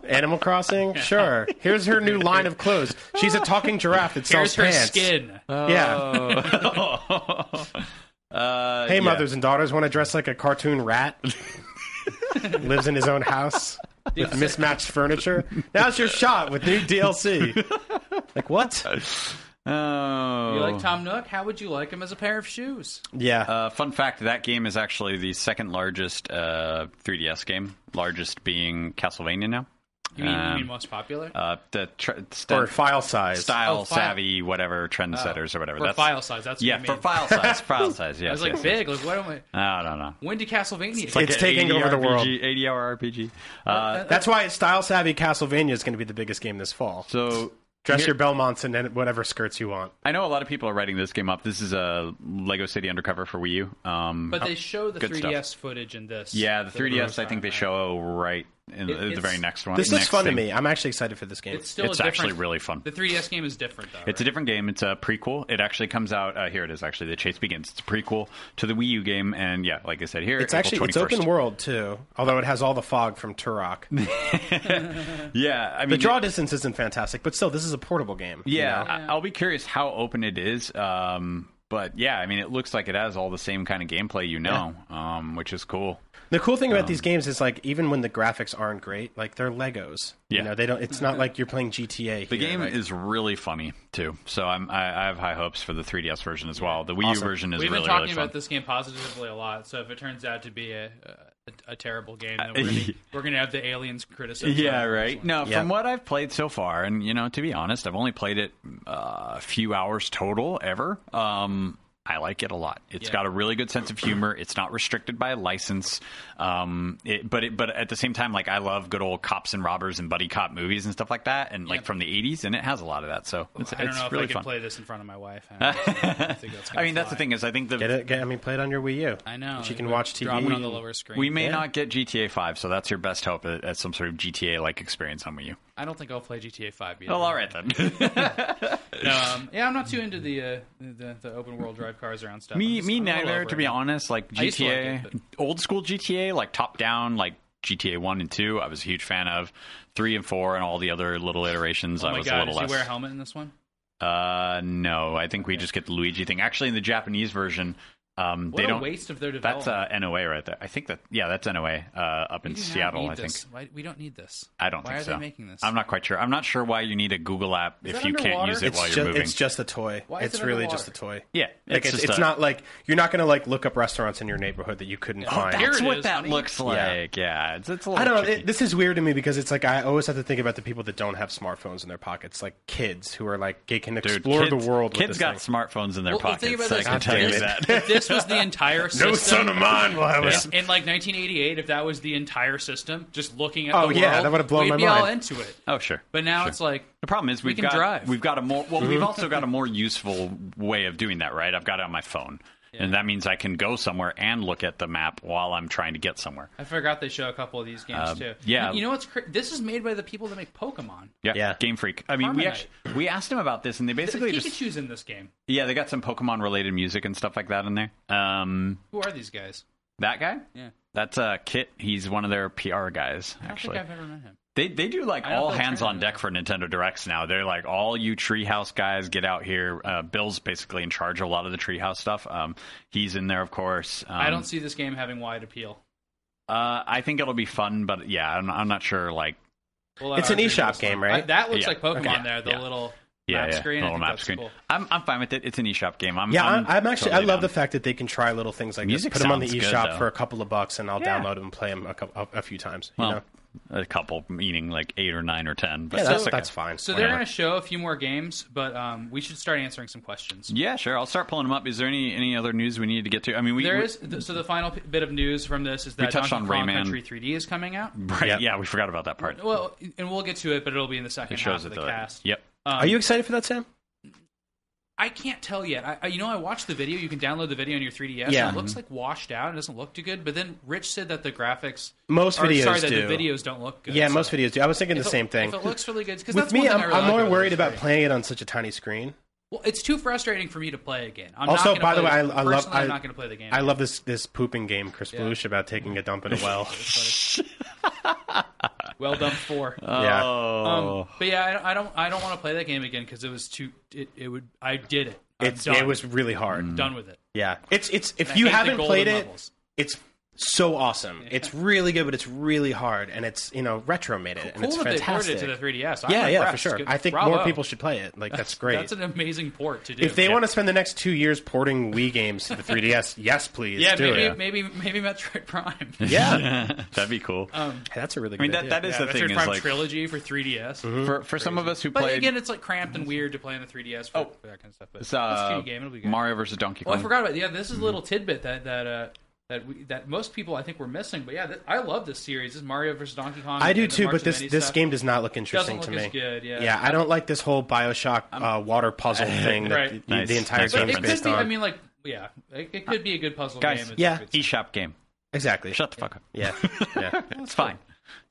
Speaker 3: Animal Crossing? Sure. Here's her new line of clothes. She's a talking giraffe that sells
Speaker 1: here's her
Speaker 3: pants.
Speaker 1: skin.
Speaker 3: Yeah.
Speaker 2: uh,
Speaker 3: Hey,
Speaker 2: Oh, yeah.
Speaker 3: mothers and daughters, want to dress like a cartoon rat? Lives in his own house with mismatched furniture. Now's your shot with new DLC. Like what?
Speaker 2: Oh.
Speaker 1: You like Tom Nook? How would you like him as a pair of shoes?
Speaker 3: Yeah.
Speaker 2: Uh, fun fact: That game is actually the second largest uh, 3DS game, largest being Castlevania now.
Speaker 1: You mean, you
Speaker 2: Um,
Speaker 1: mean most popular?
Speaker 2: Uh, the tr-
Speaker 3: or
Speaker 2: st-
Speaker 3: file size.
Speaker 2: style
Speaker 1: Oh, file- Oh.
Speaker 2: savvy, whatever trendsetters or whatever.
Speaker 1: for
Speaker 2: That's
Speaker 1: file size. That's what
Speaker 2: yeah
Speaker 1: you
Speaker 2: for
Speaker 1: mean.
Speaker 2: file size. File size. Yes.
Speaker 1: I was like
Speaker 2: yes, yes.
Speaker 1: big. Like what am I?
Speaker 2: I don't know.
Speaker 1: When did Castlevania?
Speaker 3: like- It's
Speaker 2: an
Speaker 3: taking
Speaker 2: 80
Speaker 3: over the
Speaker 2: RPG,
Speaker 3: world.
Speaker 2: 80 hour RPG. Uh,
Speaker 3: That's why Style Savvy Castlevania is going to be the biggest game this fall.
Speaker 2: so
Speaker 3: Dress
Speaker 2: Here-
Speaker 3: your Belmonts in any- whatever skirts you want.
Speaker 2: I know a lot of people are writing this game up. This is a Lego City Undercover for Wii U. Um,
Speaker 1: but they show the
Speaker 2: good stuff.
Speaker 1: 3DS footage in this.
Speaker 2: yeah, the 3DS. I
Speaker 1: first
Speaker 2: think they
Speaker 1: time,
Speaker 2: show right in
Speaker 1: It-
Speaker 2: the, the
Speaker 1: it's-
Speaker 2: very next one.
Speaker 3: This looks
Speaker 2: next
Speaker 3: fun
Speaker 2: thing.
Speaker 3: to me. I'm actually excited for this game.
Speaker 1: right? It's still
Speaker 2: It's
Speaker 1: a
Speaker 2: actually
Speaker 1: different-
Speaker 2: really fun.
Speaker 1: The 3DS game is different though.
Speaker 2: It's
Speaker 1: right?
Speaker 2: a different game. It's a prequel. It actually comes out uh, here. It is actually the Chase Begins. It's a prequel to the Wii U game, and yeah, like I said, here
Speaker 3: It's
Speaker 2: April
Speaker 3: actually it's
Speaker 2: 21st.
Speaker 3: open world too, although it has all the fog from Turok.
Speaker 2: Yeah, I mean,
Speaker 3: The draw distance isn't fantastic, but still, this is a portable game. you
Speaker 2: Yeah,
Speaker 3: know?
Speaker 2: I- I'll be curious how open it is. Um, but yeah, I mean, it looks like it has all the same kind of gameplay you know, um, which is cool.
Speaker 3: The cool thing about
Speaker 2: Um,
Speaker 3: these games is like even when the graphics aren't great, like they're Legos.
Speaker 2: Yeah.
Speaker 3: You know, they don't. It's not like you're playing GTA.
Speaker 2: The game is really funny too, so I'm I, I have high hopes for the 3DS version as well. The Wii U version is
Speaker 1: We've
Speaker 2: really
Speaker 1: been talking
Speaker 2: really fun.
Speaker 1: about this game positively a lot. So if it turns out to be a, a, a terrible game. That we're, gonna, we're gonna have the aliens criticize.
Speaker 2: Uh, Yeah,
Speaker 1: us.
Speaker 2: right. No,
Speaker 3: Yeah.
Speaker 2: from what I've played so far, and you know, to be honest, I've only played it uh, a few hours total ever. Um, I like it a lot. It's
Speaker 1: Yeah.
Speaker 2: got a really good sense of humor. It's not restricted by a license, um, it, but it, but at the same time, like I love good old cops and robbers and buddy cop movies and stuff like that, and like
Speaker 1: Yeah.
Speaker 2: from the '80s, and it has a lot of that. So it's,
Speaker 1: I don't
Speaker 2: it's
Speaker 1: know if
Speaker 2: really
Speaker 1: I could
Speaker 2: fun.
Speaker 1: play this in front of my wife. I, don't know. I think that's
Speaker 2: I mean, that's
Speaker 1: gonna fly.
Speaker 2: the thing is, I think the
Speaker 3: Get it? Get, I mean, play it on your Wii U.
Speaker 1: I know.
Speaker 3: She can
Speaker 1: We're
Speaker 3: watch TV.
Speaker 1: Dropping on the lower screen.
Speaker 2: we may not get GTA 5, so that's your best hope at, at some sort of GTA like experience on Wii U.
Speaker 1: I don't think I'll play GTA Five. Either.
Speaker 2: Well, all right then.
Speaker 1: Um, yeah, I'm not too into the, uh, the the open world drive cars around stuff. I'm
Speaker 2: Me,
Speaker 1: just-
Speaker 2: me
Speaker 1: I'm a little
Speaker 2: neither.
Speaker 1: over
Speaker 2: To be
Speaker 1: it.
Speaker 2: honest, like
Speaker 1: I used to like
Speaker 2: GTA,
Speaker 1: it, but-
Speaker 2: old school GTA, like top down, like GTA one and two. I was a huge fan of three and four, and all the other little iterations.
Speaker 1: Oh
Speaker 2: I
Speaker 1: my
Speaker 2: was
Speaker 1: god!
Speaker 2: a little
Speaker 1: does
Speaker 2: less.
Speaker 1: he wear a helmet in this one?
Speaker 2: uh, no, I think we just get the Luigi thing. Actually, in the Japanese version, um,
Speaker 1: What
Speaker 2: they
Speaker 1: a
Speaker 2: don't.
Speaker 1: waste of their development.
Speaker 2: That's uh, NOA right there. I think that yeah, that's NOA uh, up
Speaker 1: We
Speaker 2: in
Speaker 1: do not
Speaker 2: Seattle.
Speaker 1: need
Speaker 2: I think.
Speaker 1: this. Why, we don't need this.
Speaker 2: I don't
Speaker 1: Why
Speaker 2: think
Speaker 1: are
Speaker 2: so.
Speaker 1: they making this?
Speaker 2: I'm not quite sure. I'm not sure why you need a Google app if
Speaker 1: that
Speaker 2: you can't
Speaker 1: underwater?
Speaker 2: use it
Speaker 3: It's
Speaker 2: while
Speaker 3: just,
Speaker 2: you're moving.
Speaker 3: it's just a toy.
Speaker 1: Why is
Speaker 3: it's
Speaker 1: it
Speaker 3: really
Speaker 1: underwater?
Speaker 3: just a toy.
Speaker 2: yeah,
Speaker 3: Like it's,
Speaker 2: just
Speaker 3: it's
Speaker 2: a-
Speaker 3: not like you're not gonna like look up restaurants in your neighborhood that you couldn't find.
Speaker 1: Here
Speaker 2: Oh, That's
Speaker 1: it
Speaker 2: what
Speaker 1: is,
Speaker 2: that
Speaker 1: honey.
Speaker 2: looks like. Yeah, it's, it's a little.
Speaker 3: I don't know.
Speaker 2: tricky.
Speaker 3: It, this is weird to me because it's like I always have to think about the people that don't have smartphones in their pockets, like kids who are like they can
Speaker 2: Dude,
Speaker 3: explore
Speaker 2: kids-
Speaker 3: the world.
Speaker 2: Kids
Speaker 3: with this
Speaker 2: got
Speaker 3: thing.
Speaker 2: smartphones in their
Speaker 1: Well, well,
Speaker 2: pockets.
Speaker 1: think
Speaker 2: I
Speaker 1: about
Speaker 2: can
Speaker 1: this.
Speaker 2: tell you
Speaker 3: Damn it.
Speaker 2: that.
Speaker 1: If this was the entire system.
Speaker 3: No son of mine will have a. s-
Speaker 1: in, in like 1988, if that was the entire system, just looking at
Speaker 3: Oh,
Speaker 1: the
Speaker 3: yeah,
Speaker 1: world,
Speaker 3: that would've blown
Speaker 1: we'd
Speaker 3: my
Speaker 1: be all
Speaker 3: mind.
Speaker 1: into it.
Speaker 2: oh sure.
Speaker 1: But now it's like
Speaker 2: the problem is
Speaker 1: we
Speaker 2: we've
Speaker 1: can
Speaker 2: got
Speaker 1: drive.
Speaker 2: we've got a more well
Speaker 3: Mm-hmm.
Speaker 2: we've also got a more useful way of doing that, right? I've got it on my phone, and that means I can go somewhere and look at the map while I'm trying to get somewhere.
Speaker 1: I forgot they show a couple of these games
Speaker 2: Um,
Speaker 1: too.
Speaker 2: yeah.
Speaker 1: you know what's cra- this is made by the people that make Pokemon.
Speaker 2: Yeah,
Speaker 3: Yeah.
Speaker 2: Game Freak. I mean, we
Speaker 1: Harmonite.
Speaker 2: actually we asked him about this, and they
Speaker 1: The
Speaker 2: basically just
Speaker 1: Pikachu's in this game.
Speaker 2: yeah they got some Pokemon related music and stuff like that in there. Um,
Speaker 1: Who are these guys?
Speaker 2: that guy.
Speaker 1: Yeah,
Speaker 2: That's uh, Kit. He's one of their PR guys.
Speaker 1: I don't
Speaker 2: Actually,
Speaker 1: think I've ever met him.
Speaker 2: They they do like
Speaker 1: I don't
Speaker 2: all
Speaker 1: feel
Speaker 2: hands on
Speaker 1: threatened.
Speaker 2: deck for Nintendo Directs now. They're like all you Treehouse guys get out here. Uh, Bill's basically in charge of a lot of the Treehouse stuff. Um, he's in there, of course. Um,
Speaker 1: I don't see this game having wide appeal.
Speaker 2: Uh, I think it'll be fun, but yeah, I'm, I'm not sure. Like,
Speaker 1: Well,
Speaker 3: It's
Speaker 1: I
Speaker 3: an
Speaker 1: agree with
Speaker 3: eShop
Speaker 1: this one.
Speaker 3: game, right?
Speaker 1: I- that looks
Speaker 2: Yeah.
Speaker 1: like Pokemon
Speaker 2: Okay.
Speaker 1: there. The
Speaker 2: Yeah.
Speaker 1: little
Speaker 2: yeah,
Speaker 1: map
Speaker 2: yeah,
Speaker 1: screen.
Speaker 2: the
Speaker 1: I
Speaker 2: little
Speaker 1: think
Speaker 2: map
Speaker 1: that's
Speaker 2: screen.
Speaker 1: cool.
Speaker 2: I'm I'm fine with it. It's an eShop game. I'm
Speaker 3: Yeah,
Speaker 2: I'm,
Speaker 3: I'm, I'm actually.
Speaker 2: totally
Speaker 3: I love
Speaker 2: down.
Speaker 3: the fact that they can try little things like
Speaker 2: Music
Speaker 3: this. Put them on the
Speaker 2: sounds good,
Speaker 3: eShop
Speaker 2: though.
Speaker 3: for a couple of bucks, and I'll
Speaker 2: Yeah.
Speaker 3: download 'em download them and play them a, couple, a, a few times. You know?
Speaker 2: Well, a couple, meaning like eight or nine or ten. But
Speaker 3: Yeah, that's,
Speaker 2: okay.
Speaker 3: that's fine.
Speaker 1: So they're
Speaker 2: Whatever.
Speaker 1: going to show a few more games, but um, we should start answering some questions.
Speaker 2: Yeah, sure. I'll start pulling them up. Is there any any other news we need to get to? I mean, we
Speaker 1: There
Speaker 2: we-
Speaker 1: is th- so the final p- bit of news from this is that
Speaker 2: touched
Speaker 1: Donkey
Speaker 2: on
Speaker 1: Kong
Speaker 2: Rayman.
Speaker 1: Country 3D is coming out.
Speaker 2: right.
Speaker 3: Yep.
Speaker 2: Yeah, we forgot about that part.
Speaker 1: Well, and we'll get to it, but it'll be in the second
Speaker 2: It
Speaker 1: half
Speaker 2: shows it
Speaker 1: of
Speaker 2: the
Speaker 1: the cast. Um,
Speaker 2: Yep.
Speaker 3: Are you excited for that, Sam?
Speaker 1: I can't tell yet. I, I, you know, I watched the video. You can download the video on your 3DS.
Speaker 3: Yeah.
Speaker 1: and it looks like washed out. It doesn't look too good. But then Rich said that the graphics,
Speaker 3: Most
Speaker 1: or,
Speaker 3: videos
Speaker 1: sorry, that
Speaker 3: do.
Speaker 1: the videos don't look good.
Speaker 3: yeah,
Speaker 1: so
Speaker 3: most videos do. I was thinking the
Speaker 1: if it-
Speaker 3: same thing.
Speaker 1: If it looks really good, because
Speaker 3: With
Speaker 1: that's
Speaker 3: me,
Speaker 1: one thing
Speaker 3: I'm,
Speaker 1: I really
Speaker 3: I'm
Speaker 1: like
Speaker 3: more
Speaker 1: the
Speaker 3: worried about
Speaker 1: Rayman.
Speaker 3: playing it on such a tiny screen.
Speaker 1: Well, it's too frustrating for me to play again. I'm
Speaker 3: Also,
Speaker 1: not gonna
Speaker 3: by the
Speaker 1: play
Speaker 3: way, I,
Speaker 1: this-
Speaker 3: I love.
Speaker 1: personally,
Speaker 3: I,
Speaker 1: I'm not going to play the game.
Speaker 3: I love this this pooping game, Chris Belushi, about taking a dump in a well.
Speaker 1: well done four.
Speaker 3: yeah.
Speaker 2: Oh.
Speaker 1: Um, but yeah, I don't, I don't, I don't want to play that game again because it was too. It, it would. I did it. I'm
Speaker 3: It's
Speaker 1: done.
Speaker 3: it was really hard.
Speaker 1: done with it.
Speaker 3: Yeah, it's it's if
Speaker 1: And I
Speaker 3: you
Speaker 1: hate the
Speaker 3: haven't
Speaker 1: golden
Speaker 3: played it,
Speaker 1: levels.
Speaker 3: it's so awesome. It's really good, but it's really hard, and it's you know retro made it, and
Speaker 1: Cool
Speaker 3: it's
Speaker 1: that they ported
Speaker 3: fantastic.
Speaker 1: it to the 3DS. I'm
Speaker 3: yeah, yeah, for
Speaker 1: impressed.
Speaker 3: sure.
Speaker 1: Good-
Speaker 3: I think
Speaker 1: bravo.
Speaker 3: more people should play it. Like that's great.
Speaker 1: That's an amazing port to do.
Speaker 3: if they want to spend the next two years porting Wii games to the 3DS, yes, please
Speaker 1: yeah,
Speaker 3: do
Speaker 1: maybe,
Speaker 3: it.
Speaker 1: maybe, maybe Metroid Prime.
Speaker 3: Yeah,
Speaker 2: That'd be cool.
Speaker 1: um,
Speaker 3: Hey, that's a really good.
Speaker 2: I mean, that,
Speaker 3: idea.
Speaker 2: that is
Speaker 1: Yeah,
Speaker 2: the
Speaker 1: Metroid
Speaker 2: thing. Is
Speaker 1: Prime
Speaker 2: like
Speaker 1: trilogy for 3DS.
Speaker 3: Mm-hmm.
Speaker 2: for, for some of us who
Speaker 1: But
Speaker 2: played
Speaker 1: again, it's like cramped and weird to play on the 3DS for, for that kind of stuff. But
Speaker 2: it's, uh,
Speaker 1: it's a game. It'll be good.
Speaker 2: Mario versus Donkey Kong.
Speaker 1: well,
Speaker 3: Mm.
Speaker 1: Oh, I forgot about yeah. This is a little tidbit that that uh, that we, that most people I think were missing. But yeah, th- I love this series. This is Mario versus Donkey Kong.
Speaker 3: I
Speaker 1: and
Speaker 3: do
Speaker 1: the
Speaker 3: too,
Speaker 1: March
Speaker 3: but
Speaker 1: of
Speaker 3: this
Speaker 1: Many
Speaker 3: this
Speaker 1: stuff.
Speaker 3: game does not look interesting
Speaker 1: Doesn't
Speaker 3: to
Speaker 1: look
Speaker 3: me.
Speaker 1: as good, yeah.
Speaker 3: I don't like this whole Bioshock uh, water puzzle thing. That
Speaker 1: Right.
Speaker 3: the,
Speaker 2: Nice,
Speaker 3: the entire
Speaker 2: nice
Speaker 1: But
Speaker 3: game's
Speaker 1: it could
Speaker 3: based
Speaker 1: be.
Speaker 3: on.
Speaker 1: I mean, like yeah, it, it could be a good puzzle
Speaker 2: Guys,
Speaker 1: game. It's-
Speaker 3: yeah.
Speaker 1: it's-
Speaker 2: eShop game.
Speaker 3: exactly.
Speaker 2: Shut the fuck up.
Speaker 3: Yeah, yeah.
Speaker 2: It's fine.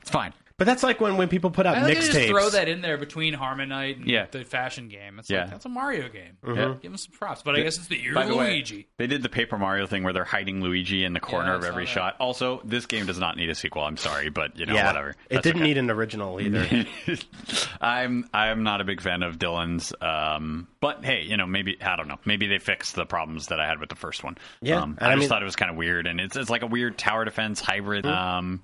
Speaker 2: It's fine.
Speaker 3: But that's like when, when people put out
Speaker 1: I like they just
Speaker 3: mixtapes.
Speaker 1: throw that in there between Harmonite and
Speaker 2: Yeah.
Speaker 1: the fashion game. It's
Speaker 2: Yeah.
Speaker 1: like that's a Mario game.
Speaker 3: Mm-hmm.
Speaker 2: Yeah.
Speaker 1: Give him some props. But I guess it's the year
Speaker 2: By
Speaker 1: of
Speaker 2: the way,
Speaker 1: Mm-hmm. Luigi.
Speaker 2: they did the Paper Mario thing where they're hiding Luigi in the corner
Speaker 1: I
Speaker 2: of
Speaker 1: saw
Speaker 2: every
Speaker 1: that.
Speaker 2: shot. Also, this game does not need a sequel. I'm sorry, but you know,
Speaker 3: yeah,
Speaker 2: whatever.
Speaker 3: It didn't need an original either.
Speaker 2: need. I'm I'm not a big fan of Dylan's, um, but hey, you know, maybe I don't know. Maybe they fixed the problems that I had with the first one.
Speaker 3: Yeah,
Speaker 2: um,
Speaker 3: and
Speaker 2: I,
Speaker 3: I
Speaker 2: just
Speaker 3: mean-
Speaker 2: thought it was kind of weird, and it's it's like a weird tower defense hybrid. Um,
Speaker 3: Mm-hmm.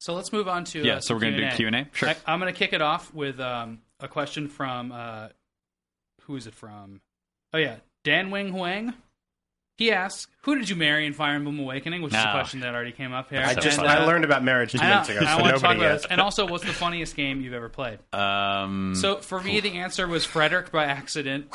Speaker 1: So let's move on to
Speaker 2: Yeah,
Speaker 1: Uh,
Speaker 2: so we're gonna do Q&A? Sure.
Speaker 1: I, I'm going to kick it off with um, a question from uh, who is it from? Oh yeah, Dan Wing Huang. He asks, "Who did you marry in Fire Emblem Awakening?" Which is a
Speaker 2: No.
Speaker 1: question that already came up here.
Speaker 2: I
Speaker 3: I just
Speaker 2: And,
Speaker 3: I
Speaker 2: uh,
Speaker 3: learned about marriage two
Speaker 1: I,
Speaker 3: minutes ago.
Speaker 1: I
Speaker 3: so
Speaker 1: want to talk
Speaker 3: nobody
Speaker 1: about this.
Speaker 3: yet.
Speaker 1: And also, what's the funniest game you've ever played?
Speaker 2: Um,
Speaker 1: So for me, the answer was Frederick by accident.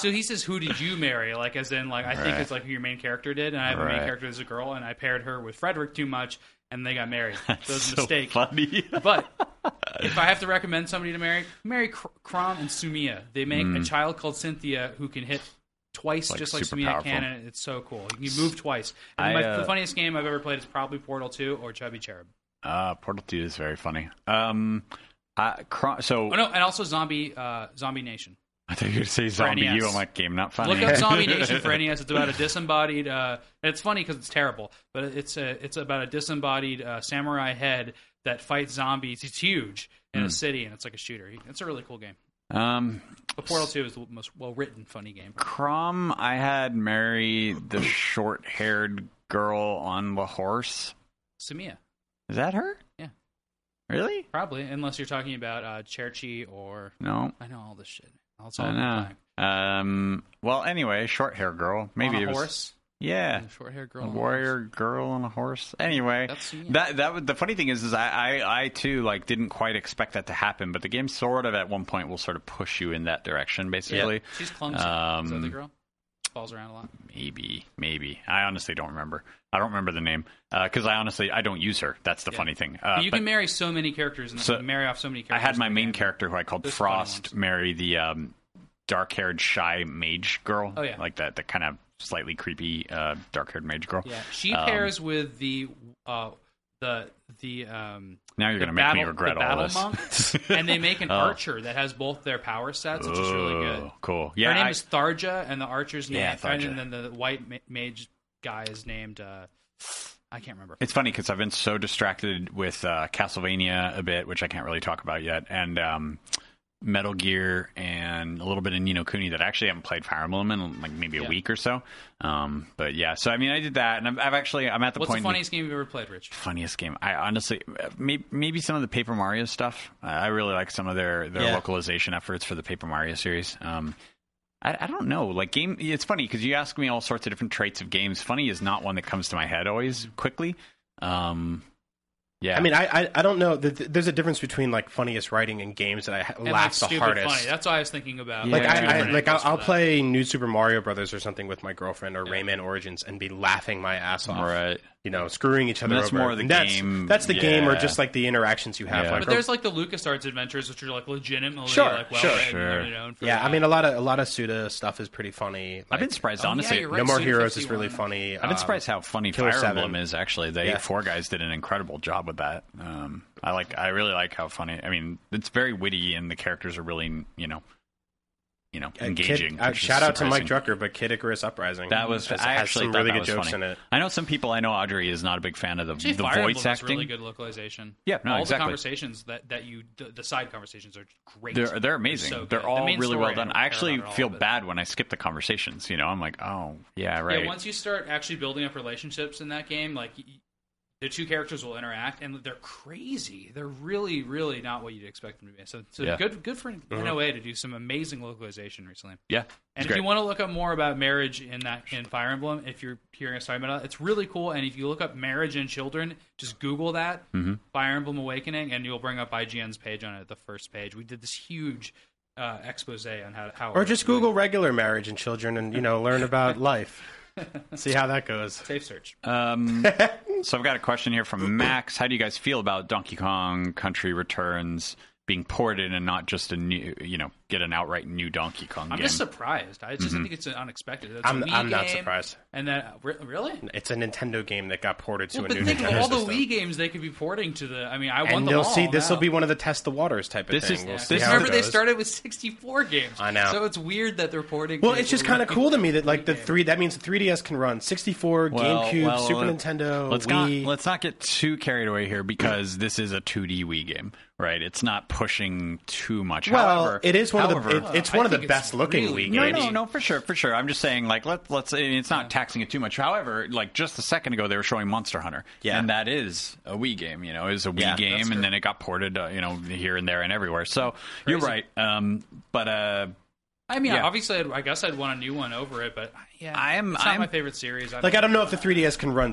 Speaker 1: so he says, "Who did you marry?" Like as in, like I think
Speaker 2: Right.
Speaker 1: it's like who your main character did, and I have a main
Speaker 2: Right.
Speaker 1: character as a girl, and I paired her with Frederick too much, and they got married. so it was a
Speaker 2: so
Speaker 1: mistake.
Speaker 2: funny.
Speaker 1: But if I have to recommend somebody to marry, marry Kr- Krom and Sumia. They make a child called Cynthia who can hit twice,
Speaker 2: Mm. Like,
Speaker 1: just like
Speaker 2: super
Speaker 1: Sumia
Speaker 2: powerful.
Speaker 1: can, and it's so cool. You can move twice. And
Speaker 2: I,
Speaker 1: my,
Speaker 2: uh,
Speaker 1: the funniest game I've ever played is probably Portal Two or Chubby Cherub.
Speaker 2: Uh, Portal Two is very funny. Um, I, Cro- so
Speaker 1: Oh no, and also Zombie uh, Zombie Nation.
Speaker 2: I thought you were going to say Zombie
Speaker 1: NES.
Speaker 2: U. I'm like, game not funny.
Speaker 1: Look up Zombie Nation for NES. It's about a disembodied. Uh, and it's funny because it's terrible, but it's a, it's about a disembodied uh, samurai head that fights zombies. It's huge in
Speaker 2: Mm.
Speaker 1: a city, and it's like a shooter. It's a really cool game.
Speaker 2: um,
Speaker 1: But Portal Two is the most well written, funny game.
Speaker 2: Crom, I had Mary, the short-haired girl on the horse.
Speaker 1: Samia,
Speaker 2: Is that her?
Speaker 1: Yeah.
Speaker 2: Really?
Speaker 1: probably, unless you're talking about uh, Cherchi or
Speaker 2: No.
Speaker 1: I know all this shit. I'll
Speaker 2: I
Speaker 1: all
Speaker 2: know.
Speaker 1: time.
Speaker 2: Um. Well, anyway, short hair girl. Maybe
Speaker 1: on a
Speaker 2: it was.
Speaker 1: horse,
Speaker 2: Yeah.
Speaker 1: short haired girl,
Speaker 2: A
Speaker 1: on a
Speaker 2: warrior
Speaker 1: horse.
Speaker 2: girl on a horse. Anyway,
Speaker 1: That's- yeah.
Speaker 2: that that was the funny thing is, is I, I I too like didn't quite expect that to happen, but the game sort of at one point will sort of push you in that direction, basically.
Speaker 1: She's clumsy. is that the
Speaker 2: Um, uh,
Speaker 1: girl? Falls around a lot.
Speaker 2: Maybe, maybe. I honestly don't remember. I don't remember the name because I honestly I don't use her. That's the funny thing. Uh,
Speaker 1: you
Speaker 2: but-
Speaker 1: can marry so many characters and
Speaker 2: So-
Speaker 1: marry off so many
Speaker 2: I
Speaker 1: characters.
Speaker 2: had my
Speaker 1: in the
Speaker 2: main
Speaker 1: game.
Speaker 2: character who I called
Speaker 1: Those funny ones.
Speaker 2: Frost marry the um, dark-haired shy mage girl.
Speaker 1: Oh, yeah.
Speaker 2: like that that kind of slightly creepy uh, dark-haired mage girl.
Speaker 1: Yeah, she
Speaker 2: Um,
Speaker 1: pairs with the uh, the the um.
Speaker 2: Now you're
Speaker 1: the
Speaker 2: gonna make me
Speaker 1: battle-
Speaker 2: regret
Speaker 1: the
Speaker 2: all
Speaker 1: battle
Speaker 2: this.
Speaker 1: monk, and they make an archer that has both their power sets, which is really good.
Speaker 2: Oh, Cool. Yeah,
Speaker 1: Her name
Speaker 2: I-
Speaker 1: is Tharja, and the archer's name,
Speaker 2: Yeah,
Speaker 1: and
Speaker 2: Tharja.
Speaker 1: then the white ma- mage guy is named. Uh, I can't remember.
Speaker 2: It's funny because I've been so distracted with uh, Castlevania a bit, which I can't really talk about yet, and um, Metal Gear and a little bit of Nino Kuni that I actually haven't played Fire Emblem in like maybe a
Speaker 1: Yeah.
Speaker 2: week or so. Um, but yeah, so I mean, I did that, and I've, I've actually I'm at the
Speaker 1: What's
Speaker 2: point.
Speaker 1: the funniest game you've ever played, Rich?
Speaker 2: funniest game. I honestly maybe, maybe some of the Paper Mario stuff. I I really like some of their their
Speaker 3: Yeah.
Speaker 2: localization efforts for the Paper Mario series. Um, I, I don't know. Like game, it's funny because you ask me all sorts of different traits of games. Funny is not one that comes to my head always quickly. Um, yeah,
Speaker 3: I mean, I, I I don't know. Th- th- There's a difference between like funniest writing and games that I ha-
Speaker 1: And, like,
Speaker 3: laugh the
Speaker 1: stupid
Speaker 3: hardest.
Speaker 1: funny. That's what I was thinking about.
Speaker 3: Like
Speaker 2: Yeah.
Speaker 3: I, I
Speaker 1: different
Speaker 3: like I'll,
Speaker 1: angles for
Speaker 3: I'll
Speaker 1: that.
Speaker 3: play New Super Mario Brothers or something with my girlfriend or Rayman Origins and be laughing my ass off.
Speaker 2: right.
Speaker 3: You know, screwing each other.
Speaker 2: That's
Speaker 3: over.
Speaker 2: more of the
Speaker 3: And that's,
Speaker 2: game-
Speaker 3: That's the game, or
Speaker 2: yeah.
Speaker 3: just like the interactions you have.
Speaker 2: Yeah.
Speaker 3: Like,
Speaker 1: But
Speaker 3: or-
Speaker 1: there's like the LucasArts adventures, which are like legitimately
Speaker 3: Sure,
Speaker 1: like well
Speaker 3: sure,
Speaker 1: written,
Speaker 2: sure.
Speaker 1: you know, and for
Speaker 3: yeah,
Speaker 1: that.
Speaker 3: I mean, a lot of a lot of Suda stuff is pretty funny.
Speaker 2: I've
Speaker 3: Like,
Speaker 2: been surprised,
Speaker 1: Oh, yeah,
Speaker 2: honestly.
Speaker 1: you're right.
Speaker 3: No More
Speaker 1: Suda
Speaker 3: Heroes is really
Speaker 1: 51.
Speaker 3: funny.
Speaker 2: I've been
Speaker 3: Um,
Speaker 2: surprised how funny
Speaker 3: Killer
Speaker 2: Fire
Speaker 3: Seven.
Speaker 2: Emblem is. Actually, they
Speaker 3: Yeah.
Speaker 2: four guys did an incredible job with that. Um, I like. I really like how funny. I mean, it's very witty, and the characters are really, you know, you know,
Speaker 3: uh,
Speaker 2: engaging.
Speaker 3: Kid, uh,
Speaker 2: which is
Speaker 3: shout out to Mike
Speaker 2: surprising.
Speaker 3: Drucker, but Kid Icarus Uprising.
Speaker 2: That was.
Speaker 3: has,
Speaker 2: I
Speaker 3: has
Speaker 2: actually
Speaker 3: some
Speaker 2: thought
Speaker 3: really
Speaker 2: that
Speaker 3: good
Speaker 2: was
Speaker 3: jokes
Speaker 2: funny.
Speaker 3: in it.
Speaker 2: I know some people. I know Audrey is not a big fan of the,
Speaker 1: Actually,
Speaker 2: the
Speaker 1: Fire Emblem
Speaker 2: voice
Speaker 1: is
Speaker 2: acting.
Speaker 1: really good localization.
Speaker 2: Yeah, no,
Speaker 1: all
Speaker 2: exactly.
Speaker 1: the conversations that that you the, the side conversations are great.
Speaker 2: They're they're amazing.
Speaker 1: so good.
Speaker 2: they're
Speaker 1: The
Speaker 2: all
Speaker 1: main
Speaker 2: really
Speaker 1: story,
Speaker 2: well
Speaker 1: I
Speaker 2: done.
Speaker 1: don't care
Speaker 2: I actually
Speaker 1: about all
Speaker 2: feel
Speaker 1: of it.
Speaker 2: bad when I skip the conversations. You know, I'm like, oh yeah, right.
Speaker 1: Yeah, once you start actually building up relationships in that game, like y- the two characters will interact, and they're crazy. They're really, really not what you'd expect them to be. So, so
Speaker 2: Yeah.
Speaker 1: good, good for NOA to do some amazing localization recently.
Speaker 2: yeah,
Speaker 1: And
Speaker 2: it's
Speaker 1: if
Speaker 2: great.
Speaker 1: you want to look up more about marriage in that in Fire Emblem, if you're hearing us talking about it, it's really cool. And if you look up marriage and children, just Google that
Speaker 2: Mm-hmm.
Speaker 1: Fire Emblem Awakening, and you'll bring up IGN's page on it, the first page. We did this huge uh, expose on how how it
Speaker 3: Or
Speaker 1: works.
Speaker 3: just Google regular marriage and children, and you know, learn about life. See how that goes.
Speaker 1: safe search.
Speaker 2: Um, so I've got a question here from Max. How do you guys feel about Donkey Kong Country Returns being ported and not just a new, you know, get an outright new Donkey Kong
Speaker 1: I'm
Speaker 2: game?
Speaker 1: just surprised. I just think it's unexpected. It's a
Speaker 3: Mm-hmm. I'm-
Speaker 1: Wii
Speaker 3: I'm not
Speaker 1: game,
Speaker 3: surprised.
Speaker 1: And that re- really.
Speaker 3: It's a Nintendo game that got ported to
Speaker 1: Well,
Speaker 3: a
Speaker 1: but
Speaker 3: new
Speaker 1: think of
Speaker 3: Nintendo
Speaker 1: all the
Speaker 3: system.
Speaker 1: Wii games they could be porting to the. I mean, I won
Speaker 3: and
Speaker 1: them
Speaker 3: they'll
Speaker 1: all
Speaker 3: see this will
Speaker 1: now.
Speaker 3: be one of the test the waters type of
Speaker 2: This
Speaker 3: thing.
Speaker 2: is-
Speaker 3: we'll
Speaker 2: yeah.
Speaker 3: see
Speaker 2: this-
Speaker 3: how it
Speaker 1: Remember, they
Speaker 3: goes.
Speaker 1: started with 64 games.
Speaker 3: I know.
Speaker 1: So it's weird that they're porting.
Speaker 3: Well,
Speaker 1: to
Speaker 3: it's just
Speaker 1: the
Speaker 3: kind of
Speaker 1: Wii.
Speaker 3: cool to me that like the three that means the 3DS can run 64,
Speaker 2: Well,
Speaker 3: GameCube,
Speaker 2: well,
Speaker 3: Super
Speaker 2: let-
Speaker 3: Nintendo,
Speaker 2: Let's
Speaker 3: Wii.
Speaker 2: not let's not get too carried away here because this is a 2D Wii game, right? It's not pushing too much.
Speaker 3: well,
Speaker 2: however,
Speaker 3: it is one
Speaker 2: however,
Speaker 3: of the it, it's
Speaker 1: I
Speaker 3: one of the
Speaker 1: think it's
Speaker 3: best looking
Speaker 1: really
Speaker 3: Wii
Speaker 2: No,
Speaker 3: games.
Speaker 2: no, no, for sure, for sure. I'm just saying, like, let, let's. I mean, It's not taxing it too much. However, like just a second ago, they were showing Monster Hunter,
Speaker 3: Yeah.
Speaker 2: and that is a Wii game. You know, is a Wii
Speaker 3: Yeah,
Speaker 2: game,
Speaker 3: that's
Speaker 2: and then it got ported, uh, you know, here and there and everywhere. So you're
Speaker 1: Crazy.
Speaker 2: right. Um, but uh,
Speaker 1: I mean,
Speaker 2: Yeah.
Speaker 1: obviously, I'd, I guess I'd want a new one over it, but I- yeah,
Speaker 2: I am-
Speaker 1: It's not
Speaker 2: I'm-
Speaker 1: my favorite series. I
Speaker 3: Like I don't know if the 3DS can run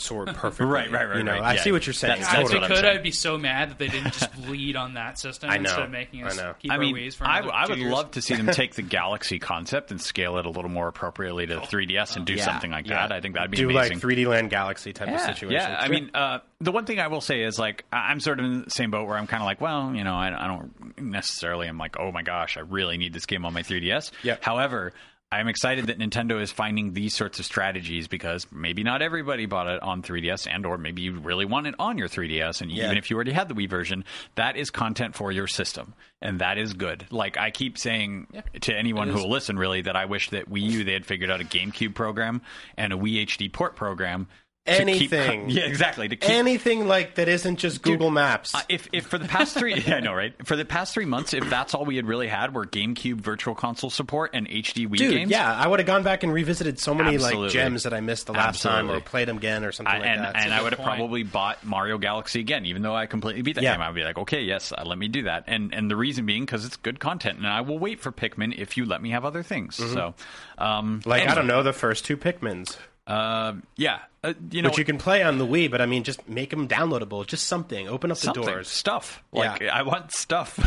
Speaker 3: Sword perfectly.
Speaker 2: Right, right, right,
Speaker 3: You know,
Speaker 2: right,
Speaker 3: I
Speaker 2: yeah.
Speaker 3: see what you're saying.
Speaker 2: That's-
Speaker 1: God,
Speaker 2: that's
Speaker 1: if
Speaker 3: totally.
Speaker 1: they
Speaker 2: what I'm
Speaker 1: could,
Speaker 2: saying.
Speaker 1: I'd be so mad that they didn't just bleed on that system
Speaker 3: I know.
Speaker 1: instead of making us
Speaker 3: I know.
Speaker 1: keep
Speaker 2: I
Speaker 1: our
Speaker 2: mean,
Speaker 1: ways for
Speaker 2: I,
Speaker 1: another
Speaker 2: I
Speaker 1: two
Speaker 2: would
Speaker 1: years.
Speaker 2: love to see them take the Galaxy concept and scale it a little more appropriately to 3DS and do yeah, something like
Speaker 3: yeah.
Speaker 2: that. I think that'd be
Speaker 3: Do
Speaker 2: amazing.
Speaker 3: like 3D Land Galaxy type of
Speaker 2: yeah,
Speaker 3: situation.
Speaker 2: yeah. I mean, uh, the one thing I will say is like I- I'm sort of in the same boat where I'm kind of like, well, you know, I, I don't necessarily. I'm like, oh my gosh, I really need this game on my 3DS.
Speaker 3: Yeah.
Speaker 2: However. I'm excited that Nintendo is finding these sorts of strategies because maybe not everybody bought it on 3DS and or maybe you really want it on your 3DS and
Speaker 3: Yeah.
Speaker 2: even if you already had the Wii version, that is content for your system and that is good. Like I keep saying to anyone who will listen really that I wish that Wii U they had figured out a GameCube program and a Wii HD port program to keep co-
Speaker 3: Anything.
Speaker 2: yeah, exactly. To keep
Speaker 3: anything like that isn't just Google Maps.
Speaker 2: uh, if if for the past three, yeah, I know, right? For the past three months, if that's all we had really had were GameCube Virtual Console support and HD Wii
Speaker 3: Dude,
Speaker 2: games,
Speaker 3: yeah, I would have gone back and revisited so many
Speaker 2: Absolutely.
Speaker 3: like gems that I missed the last time, or
Speaker 2: Absolutely.
Speaker 3: played them again, or something
Speaker 2: I,
Speaker 3: like
Speaker 2: and
Speaker 3: that.
Speaker 2: and I
Speaker 1: good
Speaker 2: would have
Speaker 1: point.
Speaker 2: probably bought Mario Galaxy again, even though I completely beat that
Speaker 3: Yeah.
Speaker 2: game. I would be like, okay, yes, uh, let me do that. And and the reason being because it's good content, and I will wait for Pikmin if you let me have other things. So, um,
Speaker 3: Mm-hmm. like I
Speaker 2: anyway,
Speaker 3: don't know the first two Pikmins,
Speaker 2: uh, yeah, uh, you know,
Speaker 3: which you can play on the Wii, but I mean, just make them downloadable. Just something. Open up the
Speaker 2: something
Speaker 3: doors.
Speaker 2: stuff like
Speaker 3: Yeah.
Speaker 2: i want stuff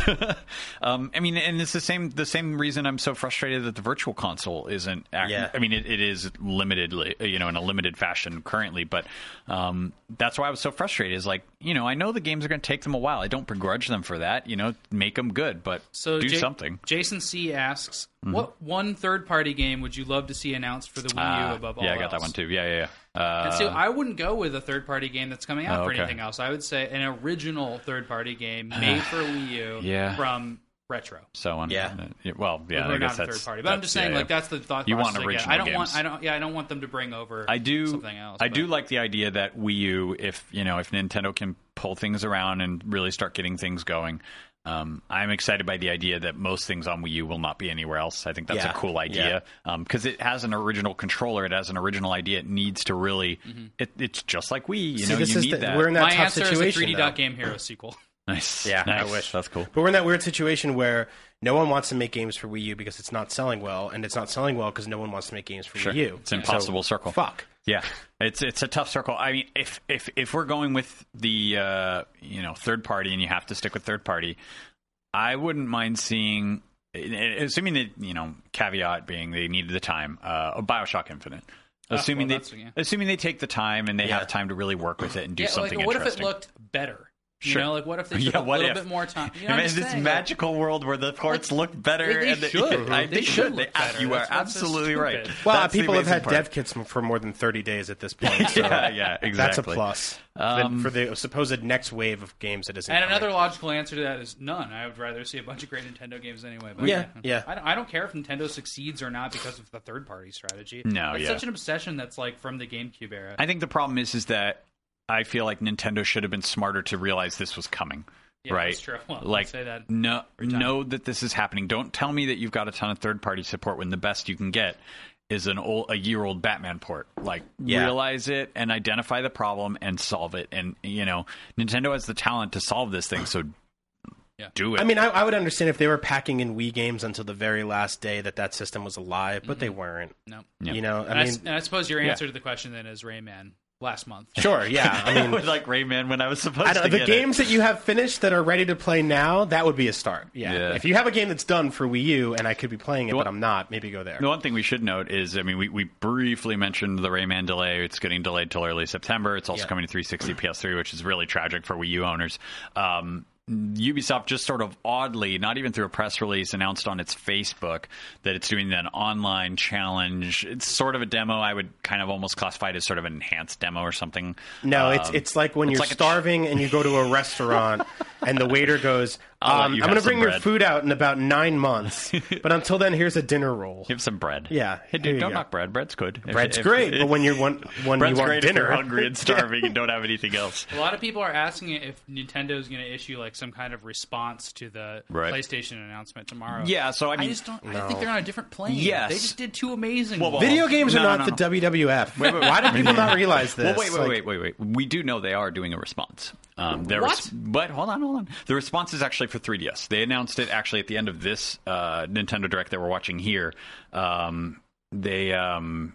Speaker 2: um i mean and it's the same the same reason i'm so frustrated that the virtual console isn't act-
Speaker 3: Yeah.
Speaker 2: i mean it, it is limitedly you know in a limited fashion currently but um that's why i was so frustrated is like you know i know the games are going to take them a while i don't begrudge them for that you know make them good but
Speaker 1: So
Speaker 2: do
Speaker 1: Ja-
Speaker 2: something Mm-hmm.
Speaker 1: Jason C asks, "What one third-party game would you love to see announced for the Wii U
Speaker 2: Ah,
Speaker 1: above all?"
Speaker 2: yeah i got that
Speaker 1: else?
Speaker 2: one too yeah yeah yeah uh,
Speaker 1: And so I wouldn't go with a third-party game that's coming out
Speaker 2: Oh,
Speaker 1: for
Speaker 2: okay.
Speaker 1: anything else. I would say an original third-party game made for Wii U
Speaker 2: Yeah.
Speaker 1: from Retro.
Speaker 2: so on Uh,
Speaker 3: Yeah.
Speaker 2: well yeah
Speaker 1: We're
Speaker 2: i guess
Speaker 1: not a
Speaker 2: that's
Speaker 1: third party, but I'm
Speaker 2: that's-
Speaker 1: just saying,
Speaker 2: yeah, yeah.
Speaker 1: like that's the thought.
Speaker 2: You want
Speaker 1: process I get.
Speaker 2: original
Speaker 1: I don't want.
Speaker 2: games.
Speaker 1: I don't. Yeah, I don't want them to bring over.
Speaker 2: I do
Speaker 1: something else.
Speaker 2: I
Speaker 1: but-
Speaker 2: do like the idea that Wii U, if you know, if Nintendo can pull things around and really start getting things going. Um, I'm excited by the idea that most things on Wii U will not be anywhere else. I think that's
Speaker 3: Yeah.
Speaker 2: a cool idea because it has an original controller, it has an original idea. It needs to really,
Speaker 1: Mm-hmm.
Speaker 2: it, it's just like Wii. You
Speaker 3: See,
Speaker 2: know,
Speaker 3: this
Speaker 2: you
Speaker 3: is
Speaker 2: need
Speaker 3: the-
Speaker 2: that.
Speaker 3: we're in that
Speaker 1: My
Speaker 3: tough
Speaker 1: answer is a
Speaker 3: situation.
Speaker 1: 3D
Speaker 3: though.
Speaker 1: Dot Game Hero sequel.
Speaker 2: nice.
Speaker 3: Yeah, I
Speaker 2: Nice.
Speaker 3: wish.
Speaker 2: that's cool.
Speaker 3: But we're in that weird situation where no one wants to make games for Wii U because it's not selling well, and it's not selling well because no one wants to make games for
Speaker 2: Sure.
Speaker 3: Wii U.
Speaker 2: It's an impossible circle.
Speaker 3: Fuck.
Speaker 2: Yeah, it's it's a tough circle. I mean, if if if we're going with the uh, you know third party and you have to stick with third party, I wouldn't mind seeing, assuming that you know caveat being they needed the time, uh, a Bioshock Infinite. Assuming
Speaker 1: Ah, well,
Speaker 2: they
Speaker 1: that's- yeah.
Speaker 2: assuming they take the time and they
Speaker 3: Yeah.
Speaker 2: have time to really work with it and do
Speaker 1: yeah,
Speaker 2: something
Speaker 1: like what if
Speaker 2: interesting.
Speaker 1: it looked better? You
Speaker 2: Sure.
Speaker 1: know, like what if they took
Speaker 2: yeah,
Speaker 1: a
Speaker 2: what
Speaker 1: little
Speaker 2: if?
Speaker 1: bit more time? You know, I'm
Speaker 2: I mean,
Speaker 1: just
Speaker 2: this
Speaker 1: saying, like-
Speaker 2: magical world where the ports look better.
Speaker 1: like, they
Speaker 2: and
Speaker 1: should.
Speaker 2: I,
Speaker 1: They
Speaker 2: they,
Speaker 1: should look
Speaker 2: should. They- ah,
Speaker 1: better.
Speaker 2: you
Speaker 1: That's
Speaker 2: are
Speaker 1: what's so
Speaker 2: absolutely right.
Speaker 1: stupid.
Speaker 3: Well,
Speaker 2: That's the
Speaker 3: people have
Speaker 2: amazing
Speaker 3: had
Speaker 2: part.
Speaker 3: dev kits m- for more than 30 days at this point. So
Speaker 2: Yeah, yeah, exactly.
Speaker 3: That's a plus Then for the supposed next wave of games that isn't.
Speaker 1: And
Speaker 3: coming.
Speaker 1: another logical answer to that is none. I would rather see a bunch of great Nintendo games anyway. But
Speaker 3: Yeah, yeah.
Speaker 1: I don't, I don't care if Nintendo succeeds or not because of the third party strategy.
Speaker 2: No,
Speaker 1: it's
Speaker 2: yeah.
Speaker 1: such an obsession that's like from the GameCube era.
Speaker 2: I think the problem is is that I feel like Nintendo should have been smarter to realize this was coming.
Speaker 1: Yeah,
Speaker 2: right?
Speaker 1: that's true. Well,
Speaker 2: like,
Speaker 1: I'll say that
Speaker 2: no, know that this is happening. Don't tell me that you've got a ton of third party support when the best you can get is an old, a year old Batman port. Like,
Speaker 3: Yeah.
Speaker 2: realize it and identify the problem and solve it. And you know, Nintendo has the talent to solve this thing, so
Speaker 1: Yeah.
Speaker 2: do it.
Speaker 3: I mean, I, I would understand if they were packing in Wii games until the very last day that that system was alive, but
Speaker 2: Mm-hmm.
Speaker 3: they weren't.
Speaker 1: no.
Speaker 3: You know,
Speaker 1: And I,
Speaker 3: I
Speaker 1: s-
Speaker 3: mean,
Speaker 1: and I suppose your answer to the question then is Rayman last month.
Speaker 3: sure, yeah. I mean,
Speaker 2: with like Rayman when I was supposed
Speaker 3: I don't,
Speaker 2: to
Speaker 3: the
Speaker 2: get
Speaker 3: games that you have finished that are ready to play now, that would be a start. Yeah.
Speaker 2: Yeah.
Speaker 3: If you have a game that's done for Wii U and I could be playing it, but
Speaker 2: Well-
Speaker 3: I'm not, maybe go there.
Speaker 2: The one thing we should note is, I mean, we, we briefly mentioned the Rayman delay. It's getting delayed till early September. It's also
Speaker 3: Yeah.
Speaker 2: coming to 360 PS3, which is really tragic for Wii U owners. Um, Ubisoft just sort of oddly, not even through a press release, announced on its Facebook that it's doing an online challenge. It's sort of a demo. I would kind of almost classify it as sort of an enhanced demo or something.
Speaker 3: No, it's it's like when you're
Speaker 2: um, like a-
Speaker 3: starving and you go to a restaurant and the waiter goes,
Speaker 2: I'll let
Speaker 3: um,
Speaker 2: you
Speaker 3: "I'm going
Speaker 2: have
Speaker 3: to
Speaker 2: some
Speaker 3: bring your
Speaker 2: bread."
Speaker 3: food out in about nine months, but until then, here's a dinner roll."
Speaker 2: Give some bread.
Speaker 3: Yeah,
Speaker 2: Hey,
Speaker 3: there
Speaker 2: dude,
Speaker 3: you
Speaker 2: don't
Speaker 3: go.
Speaker 2: knock bread. Bread's good. If-
Speaker 3: Bread's
Speaker 2: if-
Speaker 3: great,
Speaker 2: if-
Speaker 3: but when you want when
Speaker 2: bread's
Speaker 3: you want
Speaker 2: great if
Speaker 3: dinner,
Speaker 2: you're hungry and starving and don't have anything else.
Speaker 1: A lot of people are asking if Nintendo's going to issue like some kind of response to the
Speaker 2: Right.
Speaker 1: PlayStation announcement tomorrow.
Speaker 2: Yeah, so I
Speaker 1: I
Speaker 2: mean,
Speaker 1: just don't. I think they're on a different plane.
Speaker 2: Yes.
Speaker 1: they just did two amazing.
Speaker 2: Well, well,
Speaker 1: ones.
Speaker 3: video games
Speaker 2: No,
Speaker 3: are
Speaker 2: no,
Speaker 3: not
Speaker 2: no, no.
Speaker 3: the WWF. Why do people not realize this?
Speaker 2: Well, wait, wait,
Speaker 3: Like,
Speaker 2: wait, wait, wait. We do know they are doing a response. Um, their
Speaker 1: What?
Speaker 2: res- but hold on, hold on. The response is actually for 3DS. They announced it actually at the end of this uh, Nintendo Direct that we're watching here. Um, they um,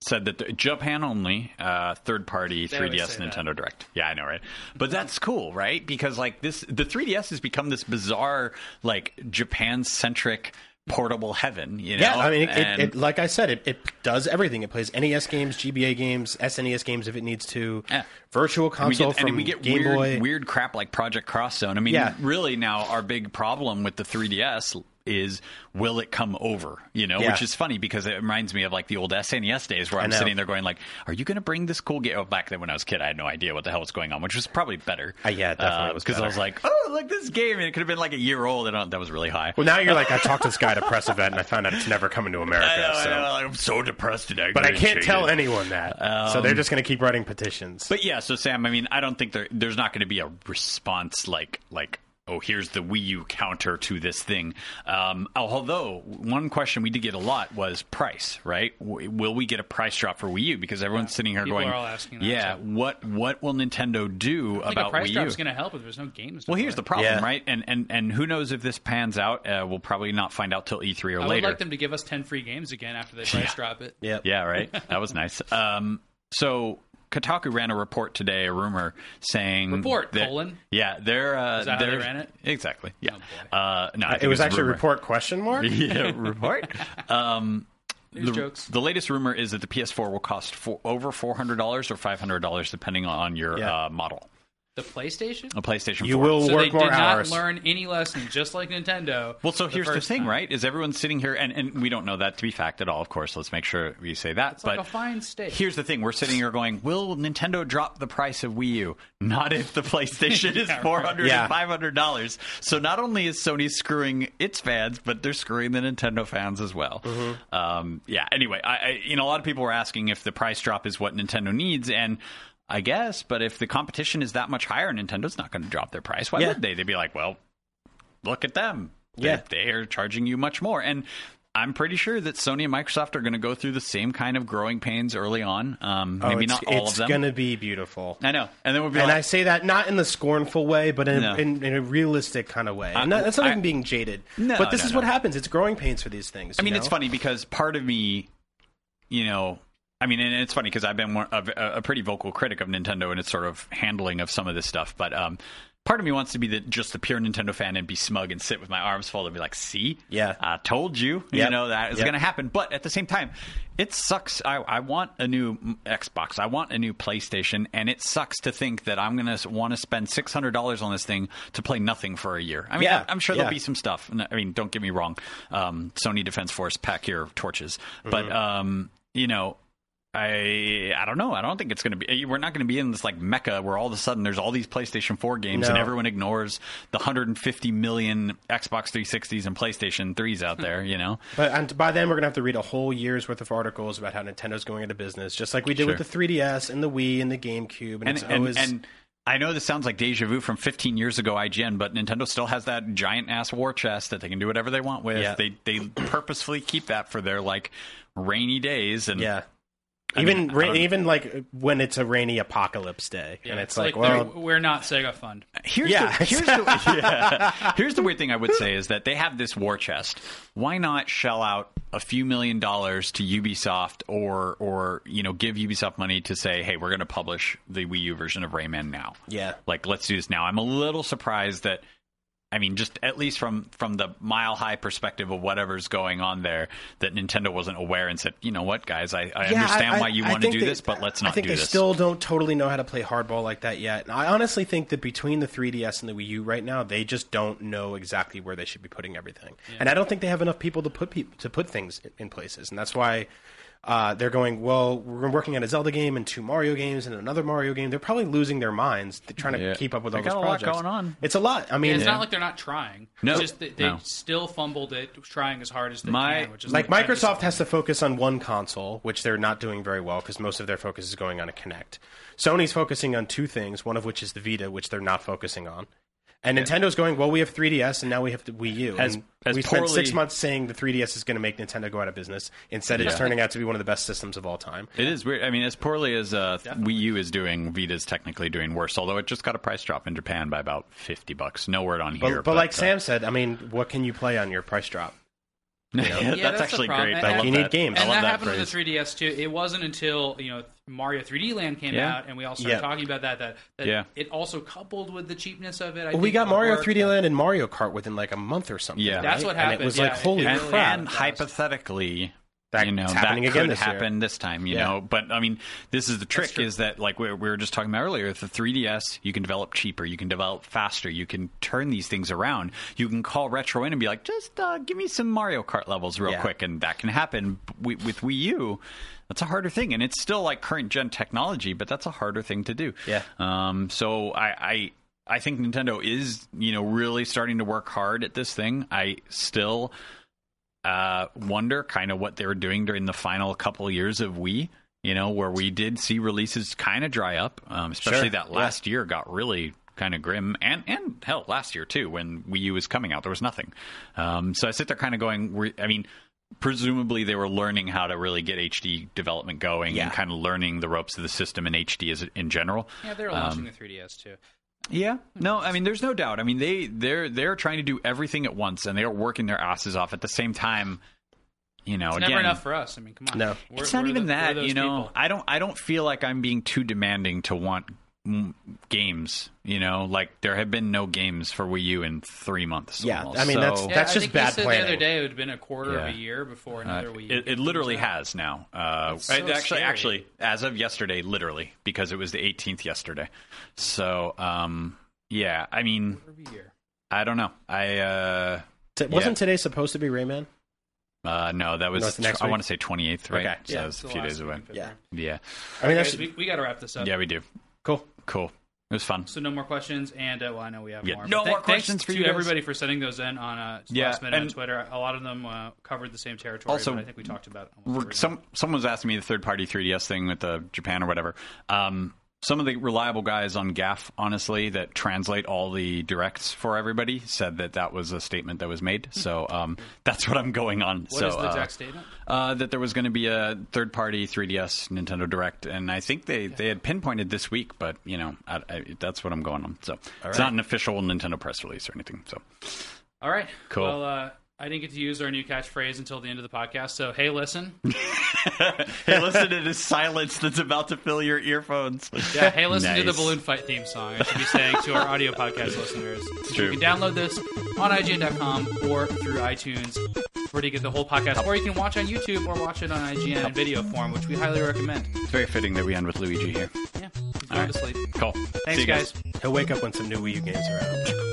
Speaker 2: said that the, Japan only, uh, third party
Speaker 1: They always
Speaker 2: 3DS
Speaker 1: say that.
Speaker 2: Nintendo Direct. Yeah, I know, right? But that's cool, right? Because like this, the 3DS has become this bizarre, like Japan centric portable heaven. You know,
Speaker 3: Yeah, I mean, it, it,
Speaker 2: And-
Speaker 3: it, like I said, it, it does everything. It plays NES games, GBA games, SNES games if it needs to,
Speaker 2: Yeah.
Speaker 3: virtual console
Speaker 2: we get,
Speaker 3: from
Speaker 2: and we get
Speaker 3: Game
Speaker 2: weird,
Speaker 3: Boy.
Speaker 2: weird crap like Project Cross Zone. I mean,
Speaker 3: Yeah.
Speaker 2: really now our big problem with the 3DS is will it come over? You know,
Speaker 3: Yeah.
Speaker 2: which is funny because it reminds me of like the old SNES days where I'm
Speaker 3: know.
Speaker 2: sitting there going like, "Are you going to bring this cool game?" Oh, back then when I was a kid, I had no idea what the hell was going on, which was probably better.
Speaker 3: Uh, yeah, it definitely was
Speaker 2: because I
Speaker 3: better.
Speaker 2: was like, "Oh, look this game!" and it could have been like a year old, and I- that was really high.
Speaker 3: Well, now you're like, I talked to this guy at a press event and I found out it's never coming to America.
Speaker 2: I know,
Speaker 3: so.
Speaker 2: I know, like, I'm so depressed today,
Speaker 3: But I can't tell
Speaker 2: anyone.
Speaker 3: anyone that. so they're just going to keep writing petitions.
Speaker 2: Um, But yeah, so Sam, I mean, I don't think there, there's not going to be a response like like oh here's the Wii U counter to this thing. Um, although one question we did get a lot was price, right? W- will we get a price drop for Wii U? Because everyone's sitting here
Speaker 1: People
Speaker 2: going,
Speaker 1: are all asking that,
Speaker 2: yeah,
Speaker 1: so.
Speaker 2: what what will Nintendo
Speaker 1: I
Speaker 2: do
Speaker 1: think a
Speaker 2: about
Speaker 1: price
Speaker 2: Wii
Speaker 1: drop
Speaker 2: U?
Speaker 1: is going to help if there's no games. to
Speaker 2: well, here's
Speaker 1: play.
Speaker 2: the problem,
Speaker 3: Yeah.
Speaker 2: right? And and and who knows if this pans out? Uh, we'll probably not find out till E3 or
Speaker 1: I would
Speaker 2: later.
Speaker 1: like them to give us ten free games again after they price drop it.
Speaker 3: yeah.
Speaker 2: Yeah, right. That was nice. Um, so Kotaku ran a report today, a rumor saying
Speaker 1: Report,
Speaker 2: that-
Speaker 1: colon.
Speaker 2: Yeah, they're uh,
Speaker 1: that how they
Speaker 2: they're-
Speaker 1: ran it?
Speaker 2: exactly. Yeah,
Speaker 1: Oh,
Speaker 2: uh, no, I think
Speaker 3: It was
Speaker 2: a
Speaker 3: actually a
Speaker 2: rumor.
Speaker 3: report question mark.
Speaker 2: yeah, report. Um,
Speaker 1: News
Speaker 2: the,
Speaker 1: jokes.
Speaker 2: the latest rumor is that the PS4 will cost four, over four hundred dollars or five hundred dollars, depending on your
Speaker 3: Yeah.
Speaker 2: uh, model.
Speaker 1: The PlayStation.
Speaker 2: A PlayStation.
Speaker 3: You
Speaker 2: 4.
Speaker 3: will
Speaker 1: so
Speaker 3: work
Speaker 1: they
Speaker 3: more
Speaker 1: did
Speaker 3: hours.
Speaker 1: not learn any lesson, just like Nintendo.
Speaker 2: Well, so here's the
Speaker 1: first
Speaker 2: thing,
Speaker 1: time.
Speaker 2: right? Is everyone's sitting here, and, and we don't know that to be fact at all, of course. Let's make sure we say that.
Speaker 1: It's
Speaker 2: but
Speaker 1: like a fine steak.
Speaker 2: Here's the thing: we're sitting here going, "Will Nintendo drop the price of Wii U?" Not if the PlayStation is
Speaker 1: Yeah,
Speaker 2: four hundred
Speaker 3: Yeah.
Speaker 2: and five hundred dollars. So not only is Sony screwing its fans, but they're screwing the Nintendo fans as well. Um, yeah. Anyway, I, I you know a lot of people were asking if the price drop is what Nintendo needs, and I guess, but if the competition is that much higher, Nintendo's not going to drop their price. Why
Speaker 3: Yeah.
Speaker 2: would they? They'd be like, "Well, look at them. They-
Speaker 3: Yeah.
Speaker 2: They, are charging you much more. And I'm pretty sure that Sony and Microsoft are going to go through the same kind of growing pains early on. Um,
Speaker 3: Oh,
Speaker 2: maybe
Speaker 3: it's,
Speaker 2: not all
Speaker 3: it's
Speaker 2: of them.
Speaker 3: going to be beautiful.
Speaker 2: I know. And then we'll be
Speaker 3: and
Speaker 2: like,
Speaker 3: I say that not in the scornful way, but in,
Speaker 2: No.
Speaker 3: in, in a realistic kind of way. And that, that's not
Speaker 2: I-
Speaker 3: even being jaded.
Speaker 2: No,
Speaker 3: but this
Speaker 2: no,
Speaker 3: is
Speaker 2: no.
Speaker 3: what happens. It's growing pains for these things.
Speaker 2: I mean,
Speaker 3: you
Speaker 2: it's
Speaker 3: know?
Speaker 2: funny because part of me, you know, I mean, and it's funny because I've been one of a, a pretty vocal critic of Nintendo and its sort of handling of some of this stuff. But um, part of me wants to be the, just the pure Nintendo fan and be smug and sit with my arms folded and be like, "See,
Speaker 3: Yeah.
Speaker 2: I told you, you
Speaker 3: Yep.
Speaker 2: know, that is
Speaker 3: Yep.
Speaker 2: going to happen." But at the same time, it sucks. I, I want a new Xbox. I want a new PlayStation, and it sucks to think that I'm going to want to spend six hundred dollars on this thing to play nothing for a year. I mean,
Speaker 3: Yeah.
Speaker 2: I'm sure there'll
Speaker 3: Yeah.
Speaker 2: be some stuff. And, I mean, don't get me wrong. Um, Sony Defense Force, pack your torches. But
Speaker 3: Mm-hmm.
Speaker 2: um, you know, I I don't know. I don't think it's going to be. eh, We're not going to be in this like mecca where all of a sudden there's all these PlayStation 4 games and
Speaker 3: No.
Speaker 2: everyone ignores the 150 million Xbox 360s and PlayStation 3s out
Speaker 3: Hmm.
Speaker 2: there. You know,
Speaker 3: But and by then, we're going to have to read a whole year's worth of articles about how Nintendo's going into business, just like we did
Speaker 2: Sure.
Speaker 3: with the 3DS and the Wii and the GameCube.
Speaker 2: and
Speaker 3: And, it's
Speaker 2: and,
Speaker 3: always.
Speaker 2: and I know this sounds like deja vu from 15 years ago IGN, but Nintendo still has that giant ass war chest that they can do whatever they want with.
Speaker 3: Yeah.
Speaker 2: They they purposefully keep that for their like rainy days and
Speaker 3: yeah.
Speaker 2: I
Speaker 3: even
Speaker 2: mean, I
Speaker 3: ra-
Speaker 2: don't-
Speaker 3: even like when it's a rainy apocalypse day,
Speaker 1: Yeah,
Speaker 3: and it's, like,
Speaker 1: they're-
Speaker 3: well,
Speaker 1: we're not Sega Fund.
Speaker 2: Here's,
Speaker 3: Yeah.
Speaker 2: the, here's, the, yeah. here's the weird thing I would say is that they have this war chest. Why not shell out a few million dollars to Ubisoft or or you know give Ubisoft money to say, hey, we're going to publish the Wii U version of Rayman now.
Speaker 3: Yeah.
Speaker 2: like let's do this now. I'm a little surprised that. I mean, just at least from from the mile high perspective of whatever's going on there, that Nintendo wasn't aware and said, you know what, guys, I, I
Speaker 3: Yeah,
Speaker 2: understand why you
Speaker 3: I
Speaker 2: want to
Speaker 3: think
Speaker 2: do
Speaker 3: they-
Speaker 2: this, but let's
Speaker 3: I
Speaker 2: not
Speaker 3: think
Speaker 2: do
Speaker 3: they
Speaker 2: this.
Speaker 3: still don't totally know how to play hardball like that yet. And I honestly think that between the 3DS and the Wii U right now, they just don't know exactly where they should be putting everything. And I don't think they have enough people to put peop to put things in- in places. And that's why uh, they're going, well, we're working on a Zelda game and two Mario games and another Mario game. They're probably losing their minds th- trying to
Speaker 2: Yeah.
Speaker 3: keep up with
Speaker 2: They
Speaker 3: all
Speaker 2: got
Speaker 3: those
Speaker 2: a lot
Speaker 3: projects.
Speaker 2: going on.
Speaker 3: It's a lot. I mean,
Speaker 1: It's not like they're not trying.
Speaker 2: No.
Speaker 1: It's just that they
Speaker 2: No.
Speaker 1: still fumbled it, trying as hard as they
Speaker 2: My-
Speaker 1: can. Which is
Speaker 3: like
Speaker 1: kind of
Speaker 3: Microsoft has to focus on one console, which they're not doing very well because most of their focus is going on a Kinect. Sony's focusing on two things, one of which is the Vita, which they're not focusing on. And Nintendo's going, well, we have 3DS and now we have the Wii U.
Speaker 2: Has-
Speaker 3: and
Speaker 2: has
Speaker 3: we spent
Speaker 2: poorly-
Speaker 3: six months saying the 3DS is going to make Nintendo go out of business. Instead, it's
Speaker 2: Yeah.
Speaker 3: turning out to be one of the best systems of all time.
Speaker 2: It is weird. I mean, as poorly as uh, Wii U is doing, Vita's technically doing worse. Although it just got a price drop in Japan by about fifty bucks. No word on
Speaker 3: But,
Speaker 2: here.
Speaker 3: but like
Speaker 2: uh,
Speaker 3: Sam said, I mean, what can you play on your price drop?
Speaker 2: that's,
Speaker 1: Yeah, the
Speaker 2: actually
Speaker 1: problem.
Speaker 2: great.
Speaker 1: And-
Speaker 2: I
Speaker 1: and-
Speaker 2: love
Speaker 3: You need
Speaker 2: that.
Speaker 3: games.
Speaker 2: I
Speaker 1: And
Speaker 2: love
Speaker 1: that,
Speaker 2: that
Speaker 1: happened
Speaker 2: phrase.
Speaker 1: with the 3DS too. It wasn't until you know Mario 3D Land came
Speaker 2: Yeah.
Speaker 1: out and we all started
Speaker 3: Yeah.
Speaker 1: talking about that that, that
Speaker 2: Yeah.
Speaker 1: it also coupled with the cheapness of it. I
Speaker 3: Well, we
Speaker 1: think,
Speaker 3: got
Speaker 1: would
Speaker 3: Mario
Speaker 1: work.
Speaker 3: 3D Land and Mario Kart within like a month or something.
Speaker 2: Yeah.
Speaker 1: That's
Speaker 3: right?
Speaker 1: what
Speaker 3: And
Speaker 1: happened,
Speaker 3: it was
Speaker 1: yeah,
Speaker 3: like,
Speaker 1: it-
Speaker 3: holy
Speaker 1: it
Speaker 2: and,
Speaker 1: really
Speaker 3: crap!
Speaker 2: and
Speaker 1: does.
Speaker 2: hypothetically
Speaker 3: That-
Speaker 2: you know
Speaker 3: it's
Speaker 2: that
Speaker 3: happening again
Speaker 2: could
Speaker 3: this year.
Speaker 2: happen this time you
Speaker 3: Yeah.
Speaker 2: know but i mean this is the trick
Speaker 1: true.
Speaker 2: is that like we, we were just talking about earlier with the 3ds you can develop cheaper you can develop faster you can turn these things around you can call retro in and be like just uh, give me some mario kart levels real
Speaker 3: Yeah.
Speaker 2: quick and that can happen we, with wii u that's a harder thing and it's still like current gen technology but that's a harder thing to do
Speaker 3: Yeah.
Speaker 2: um, so I, I I think Nintendo is you know really starting to work hard at this thing. I still uh, wonder kind of what they were doing during the final couple years of Wii. You know where we did see releases kind of dry up, um, especially
Speaker 3: Sure,
Speaker 2: that
Speaker 3: yeah.
Speaker 2: last year got really kind of grim, and and hell last year too when Wii U was coming out there was nothing. Um, so I sit there kind of going, we- I mean. Presumably, they were learning how to really get HD development going
Speaker 3: Yeah.
Speaker 2: and kind of learning the ropes of the system and HD as, in general.
Speaker 1: Yeah, they were launching
Speaker 2: Um,
Speaker 1: the 3DS too.
Speaker 2: Yeah. No, I mean there's no doubt. I mean they they're they're trying to do everything at once and they are working their asses off at the same time. You know,
Speaker 1: It's
Speaker 2: oh, again,
Speaker 1: never enough for us. I mean, come on.
Speaker 3: No.
Speaker 1: We're-
Speaker 2: it's not
Speaker 1: we're
Speaker 2: even
Speaker 1: the- we're
Speaker 2: that,
Speaker 1: those
Speaker 2: you know.
Speaker 1: people.
Speaker 2: I don't I don't feel like I'm being too demanding to want mm, games, you know? Like there have been no games for Wii U in 3 months.
Speaker 3: Yeah,
Speaker 2: almost.
Speaker 3: I mean, that's-
Speaker 2: So-
Speaker 1: Yeah,
Speaker 3: that's
Speaker 1: I
Speaker 3: just
Speaker 1: think you
Speaker 3: bad
Speaker 1: said
Speaker 3: planning.
Speaker 1: The other day it would have been a quarter
Speaker 2: Yeah.
Speaker 1: of a year before
Speaker 2: Uh,
Speaker 1: another Wii. U
Speaker 2: it, it
Speaker 1: came
Speaker 2: literally
Speaker 1: out.
Speaker 2: has now. Uh,
Speaker 1: That's so
Speaker 2: it actually,
Speaker 1: scary.
Speaker 2: actually, as of yesterday, literally because it was the 18th yesterday. So, um, yeah, I mean,
Speaker 1: Quarter of a year.
Speaker 2: I don't know. I uh,
Speaker 3: T- Wasn't today supposed to be Rayman?
Speaker 2: uh no, that was
Speaker 3: No, it's next
Speaker 2: I
Speaker 3: week?
Speaker 2: want to say 28th, right?
Speaker 3: Okay.
Speaker 2: So that was
Speaker 1: it's
Speaker 2: a
Speaker 1: the
Speaker 2: few
Speaker 1: last
Speaker 2: days
Speaker 1: week
Speaker 2: away.
Speaker 1: in February.
Speaker 3: Yeah.
Speaker 2: Yeah,
Speaker 3: I mean,
Speaker 1: Guys,
Speaker 3: that's
Speaker 1: we, we got to wrap this up.
Speaker 2: yeah, we do.
Speaker 3: cool.
Speaker 2: Cool. It was fun.
Speaker 1: So no more questions, and uh, well, I know we have
Speaker 2: Yeah,
Speaker 1: more.
Speaker 2: no
Speaker 1: but
Speaker 2: more
Speaker 1: thanks
Speaker 2: questions for
Speaker 1: to
Speaker 2: you guys.
Speaker 1: everybody for sending those in on uh, just
Speaker 2: Yeah,
Speaker 1: last minute on
Speaker 2: and-
Speaker 1: Twitter. A lot of them uh, covered the same territory.
Speaker 2: Also,
Speaker 1: but I think we talked about almost
Speaker 2: Re-
Speaker 1: everything.
Speaker 2: Some someone was asking me the third party 3ds thing with the Japan or whatever. Um, some of the reliable guys on GAF, honestly, that translate all the directs for everybody, said that that was a statement that was made. So um, that's what I'm going
Speaker 1: Hmm.
Speaker 2: on.
Speaker 1: What
Speaker 2: so
Speaker 1: is the
Speaker 2: uh,
Speaker 1: exact statement?
Speaker 2: Uh, that there was going to be a third party 3DS Nintendo Direct, and I think they, they had pinpointed this week, but you know I, I, that's what I'm going on. So it's not an official Nintendo press release or anything. So
Speaker 1: All right,
Speaker 2: Cool.
Speaker 1: Well, uh, I didn't get to use our new catchphrase until the end of the podcast. So hey, listen,
Speaker 2: hey, listen to this silence that's about to fill your earphones.
Speaker 1: yeah, hey, listen to the
Speaker 2: Nice.
Speaker 1: balloon fight theme song. I should be saying to our audio podcast listeners.
Speaker 2: true.
Speaker 1: You can download this on IGN.com or through iTunes, where you get the whole podcast, or you can watch on YouTube or watch it on IGN in video form, which we highly recommend.
Speaker 2: It's very fitting that we end with Luigi here.
Speaker 1: Yeah, he's going to sleep.
Speaker 2: Cool.
Speaker 1: Thanks,
Speaker 2: See you
Speaker 1: guys.
Speaker 3: He'll wake up when some new Wii U games are out.